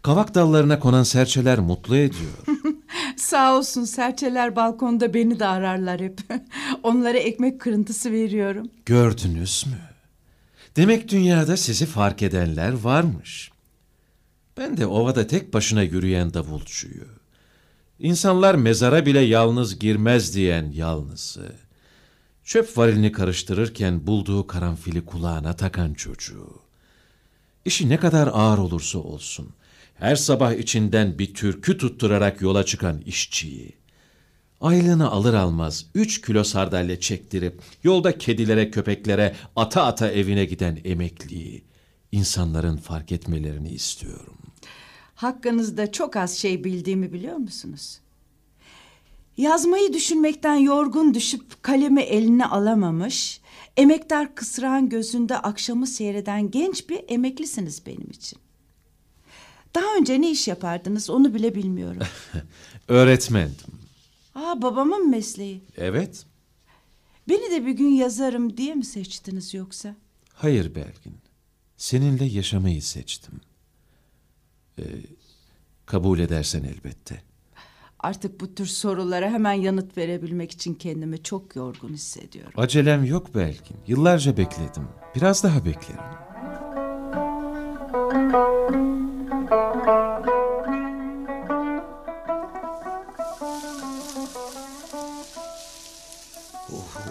Speaker 3: Kavak dallarına konan serçeler mutlu ediyor.
Speaker 15: Sağ olsun serçeler balkonda beni de ararlar hep. Onlara ekmek kırıntısı veriyorum.
Speaker 3: Gördünüz mü? Demek dünyada sizi fark edenler varmış. Ben de ovada tek başına yürüyen davulcuyu. İnsanlar mezara bile yalnız girmez diyen yalnızı. Çöp varilini karıştırırken bulduğu karanfili kulağına takan çocuğu. İşi ne kadar ağır olursa olsun, her sabah içinden bir türkü tutturarak yola çıkan işçiyi. Aylığını alır almaz üç kilo sardalya çektirip yolda kedilere köpeklere ata ata evine giden emekliyi insanların fark etmelerini istiyorum.
Speaker 15: Hakkınızda çok az şey bildiğimi biliyor musunuz? Yazmayı düşünmekten yorgun düşüp kalemi eline alamamış, emektar kısran gözünde akşamı seyreden genç bir emeklisiniz benim için. Daha önce ne iş yapardınız onu bile bilmiyorum.
Speaker 3: Öğretmendim.
Speaker 15: Aa babamın mesleği.
Speaker 3: Evet.
Speaker 15: Beni de bir gün yazarım diye mi seçtiniz yoksa?
Speaker 3: Hayır Belgin. Seninle yaşamayı seçtim. Ee, kabul edersen elbette.
Speaker 15: Artık bu tür sorulara hemen yanıt verebilmek için kendimi çok yorgun hissediyorum.
Speaker 3: Acelem yok Belgin. Yıllarca bekledim. Biraz daha beklerim.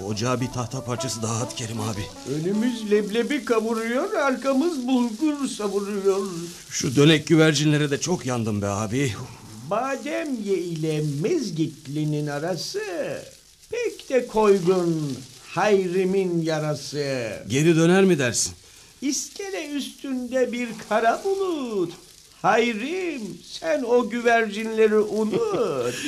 Speaker 13: Ocağa bir tahta parçası daha at Kerim abi.
Speaker 5: Önümüz leblebi kavuruyor, arkamız bulgur savuruyor.
Speaker 13: Şu dönek güvercinlere de çok yandım be abi.
Speaker 5: Badem ye ile mezgitlinin arası pek de koygun hayrimin yarası.
Speaker 13: Geri döner mi dersin?
Speaker 5: İskele üstünde bir kara bulut. Hayrim sen o güvercinleri unut.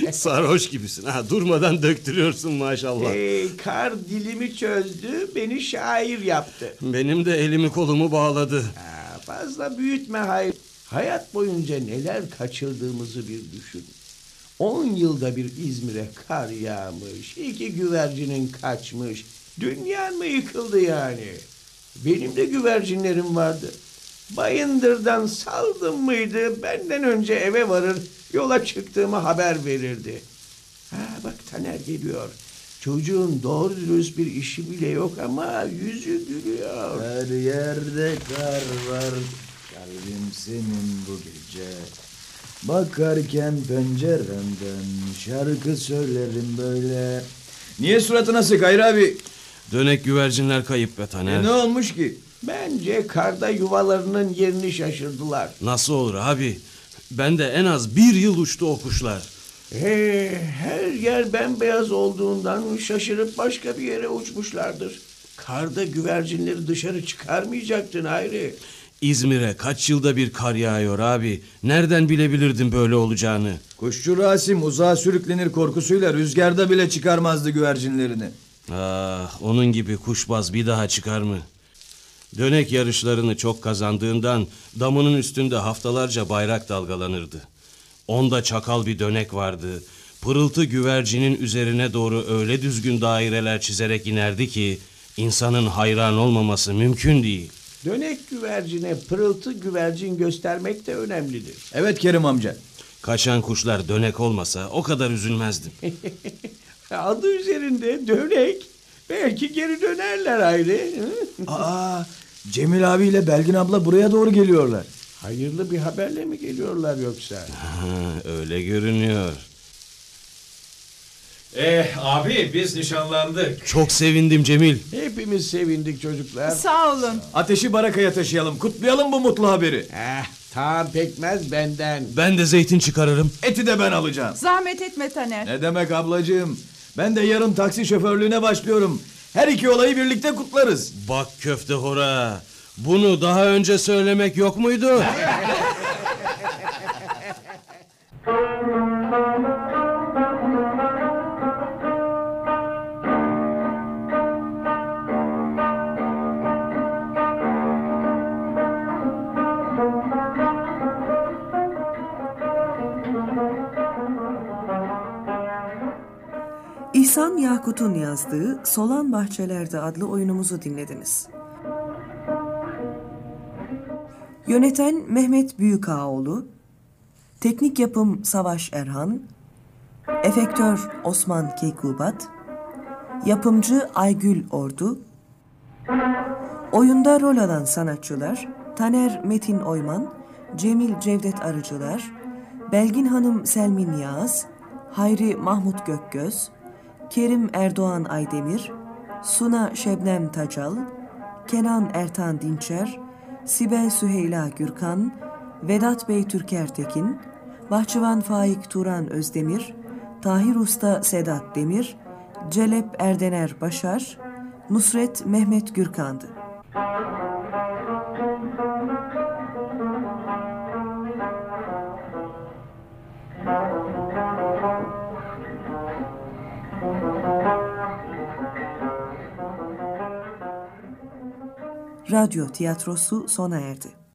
Speaker 13: E, Sarhoş gibisin ha durmadan döktürüyorsun maşallah.
Speaker 5: Ey kar dilimi çözdü beni şair yaptı.
Speaker 13: Benim de elimi kolumu bağladı.
Speaker 5: Ha, Fazla büyütme hayır. Hayat boyunca neler kaçırdığımızı bir düşün. On yılda bir İzmir'e kar yağmış. iki güvercinin kaçmış. Dünyan mı yıkıldı yani? Benim de güvercinlerim vardı. Bayındır'dan saldım mıydı benden önce eve varır yola çıktığımı haber verirdi. Ha bak Taner geliyor. Çocuğun doğru dürüst bir işi bile yok ama yüzü gülüyor.
Speaker 17: Her yerde kar var. Kalbim senin bu gece. Bakarken penceremden şarkı söylerim böyle.
Speaker 2: Niye suratına sık Hayri abi?
Speaker 6: Dönek güvercinler kayıp be
Speaker 5: E,
Speaker 6: Taner.
Speaker 2: olmuş ki?
Speaker 5: Bence karda yuvalarının yerini şaşırdılar.
Speaker 6: Nasıl olur abi? Ben de en az bir yıl uçtu o kuşlar.
Speaker 5: He, her yer bembeyaz olduğundan şaşırıp başka bir yere uçmuşlardır. Karda güvercinleri dışarı çıkarmayacaktın Hayri.
Speaker 6: İzmir'e kaç yılda bir kar yağıyor abi. Nereden bilebilirdim böyle olacağını?
Speaker 2: Kuşçu Rasim uzağa sürüklenir korkusuyla rüzgarda bile çıkarmazdı güvercinlerini.
Speaker 6: Ah, onun gibi kuşbaz bir daha çıkar mı? Dönek yarışlarını çok kazandığından damının üstünde haftalarca bayrak dalgalanırdı. Onda çakal bir dönek vardı. Pırıltı güvercinin üzerine doğru öyle düzgün daireler çizerek inerdi ki insanın hayran olmaması mümkün değil.
Speaker 5: Dönek güvercine pırıltı güvercin göstermek de önemlidir.
Speaker 2: Evet Kerim amca.
Speaker 6: Kaçan kuşlar dönek olmasa o kadar üzülmezdim.
Speaker 5: Adı üzerinde dönek. Belki geri dönerler Hayri.
Speaker 2: Aa, Cemil abiyle Belgin abla buraya doğru geliyorlar.
Speaker 5: Hayırlı bir haberle mi geliyorlar yoksa?
Speaker 6: Ha, öyle görünüyor.
Speaker 18: Eh abi biz nişanlandık.
Speaker 6: Çok sevindim Cemil.
Speaker 5: Hepimiz sevindik çocuklar.
Speaker 15: Sağ olun.
Speaker 2: Ateşi barakaya taşıyalım. Kutlayalım bu mutlu haberi.
Speaker 5: Eh, tam pekmez benden.
Speaker 6: Ben de zeytin çıkarırım.
Speaker 2: Eti de ben alacağım.
Speaker 15: Zahmet etme Taner.
Speaker 2: Ne demek ablacığım? Ben de yarın taksi şoförlüğüne başlıyorum. Her iki olayı birlikte kutlarız.
Speaker 6: Bak köfte hora. Bunu daha önce söylemek yok muydu?
Speaker 1: İhsan Yakut'un yazdığı Solan Bahçelerde adlı oyunumuzu dinlediniz. Yöneten Mehmet Büyükağoğlu, Teknik Yapım Savaş Erhan, Efektör Osman Keykubat, Yapımcı Aygül Ordu, Oyunda rol alan sanatçılar Taner Metin Oyman, Cemil Cevdet Arıcılar, Belgin Hanım Selmin Yağız, Hayri Mahmut Gökgöz, Kerim Erdoğan Aydemir, Suna Şebnem Tacal, Kenan Ertan Dinçer, Sibel Süheyla Gürkan, Vedat Bey Türker Tekin, Bahçıvan Faik Turan Özdemir, Tahir Usta Sedat Demir, Celep Erdener Başar, Nusret Mehmet Gürkan'dı. Radyo tiyatrosu sona erdi.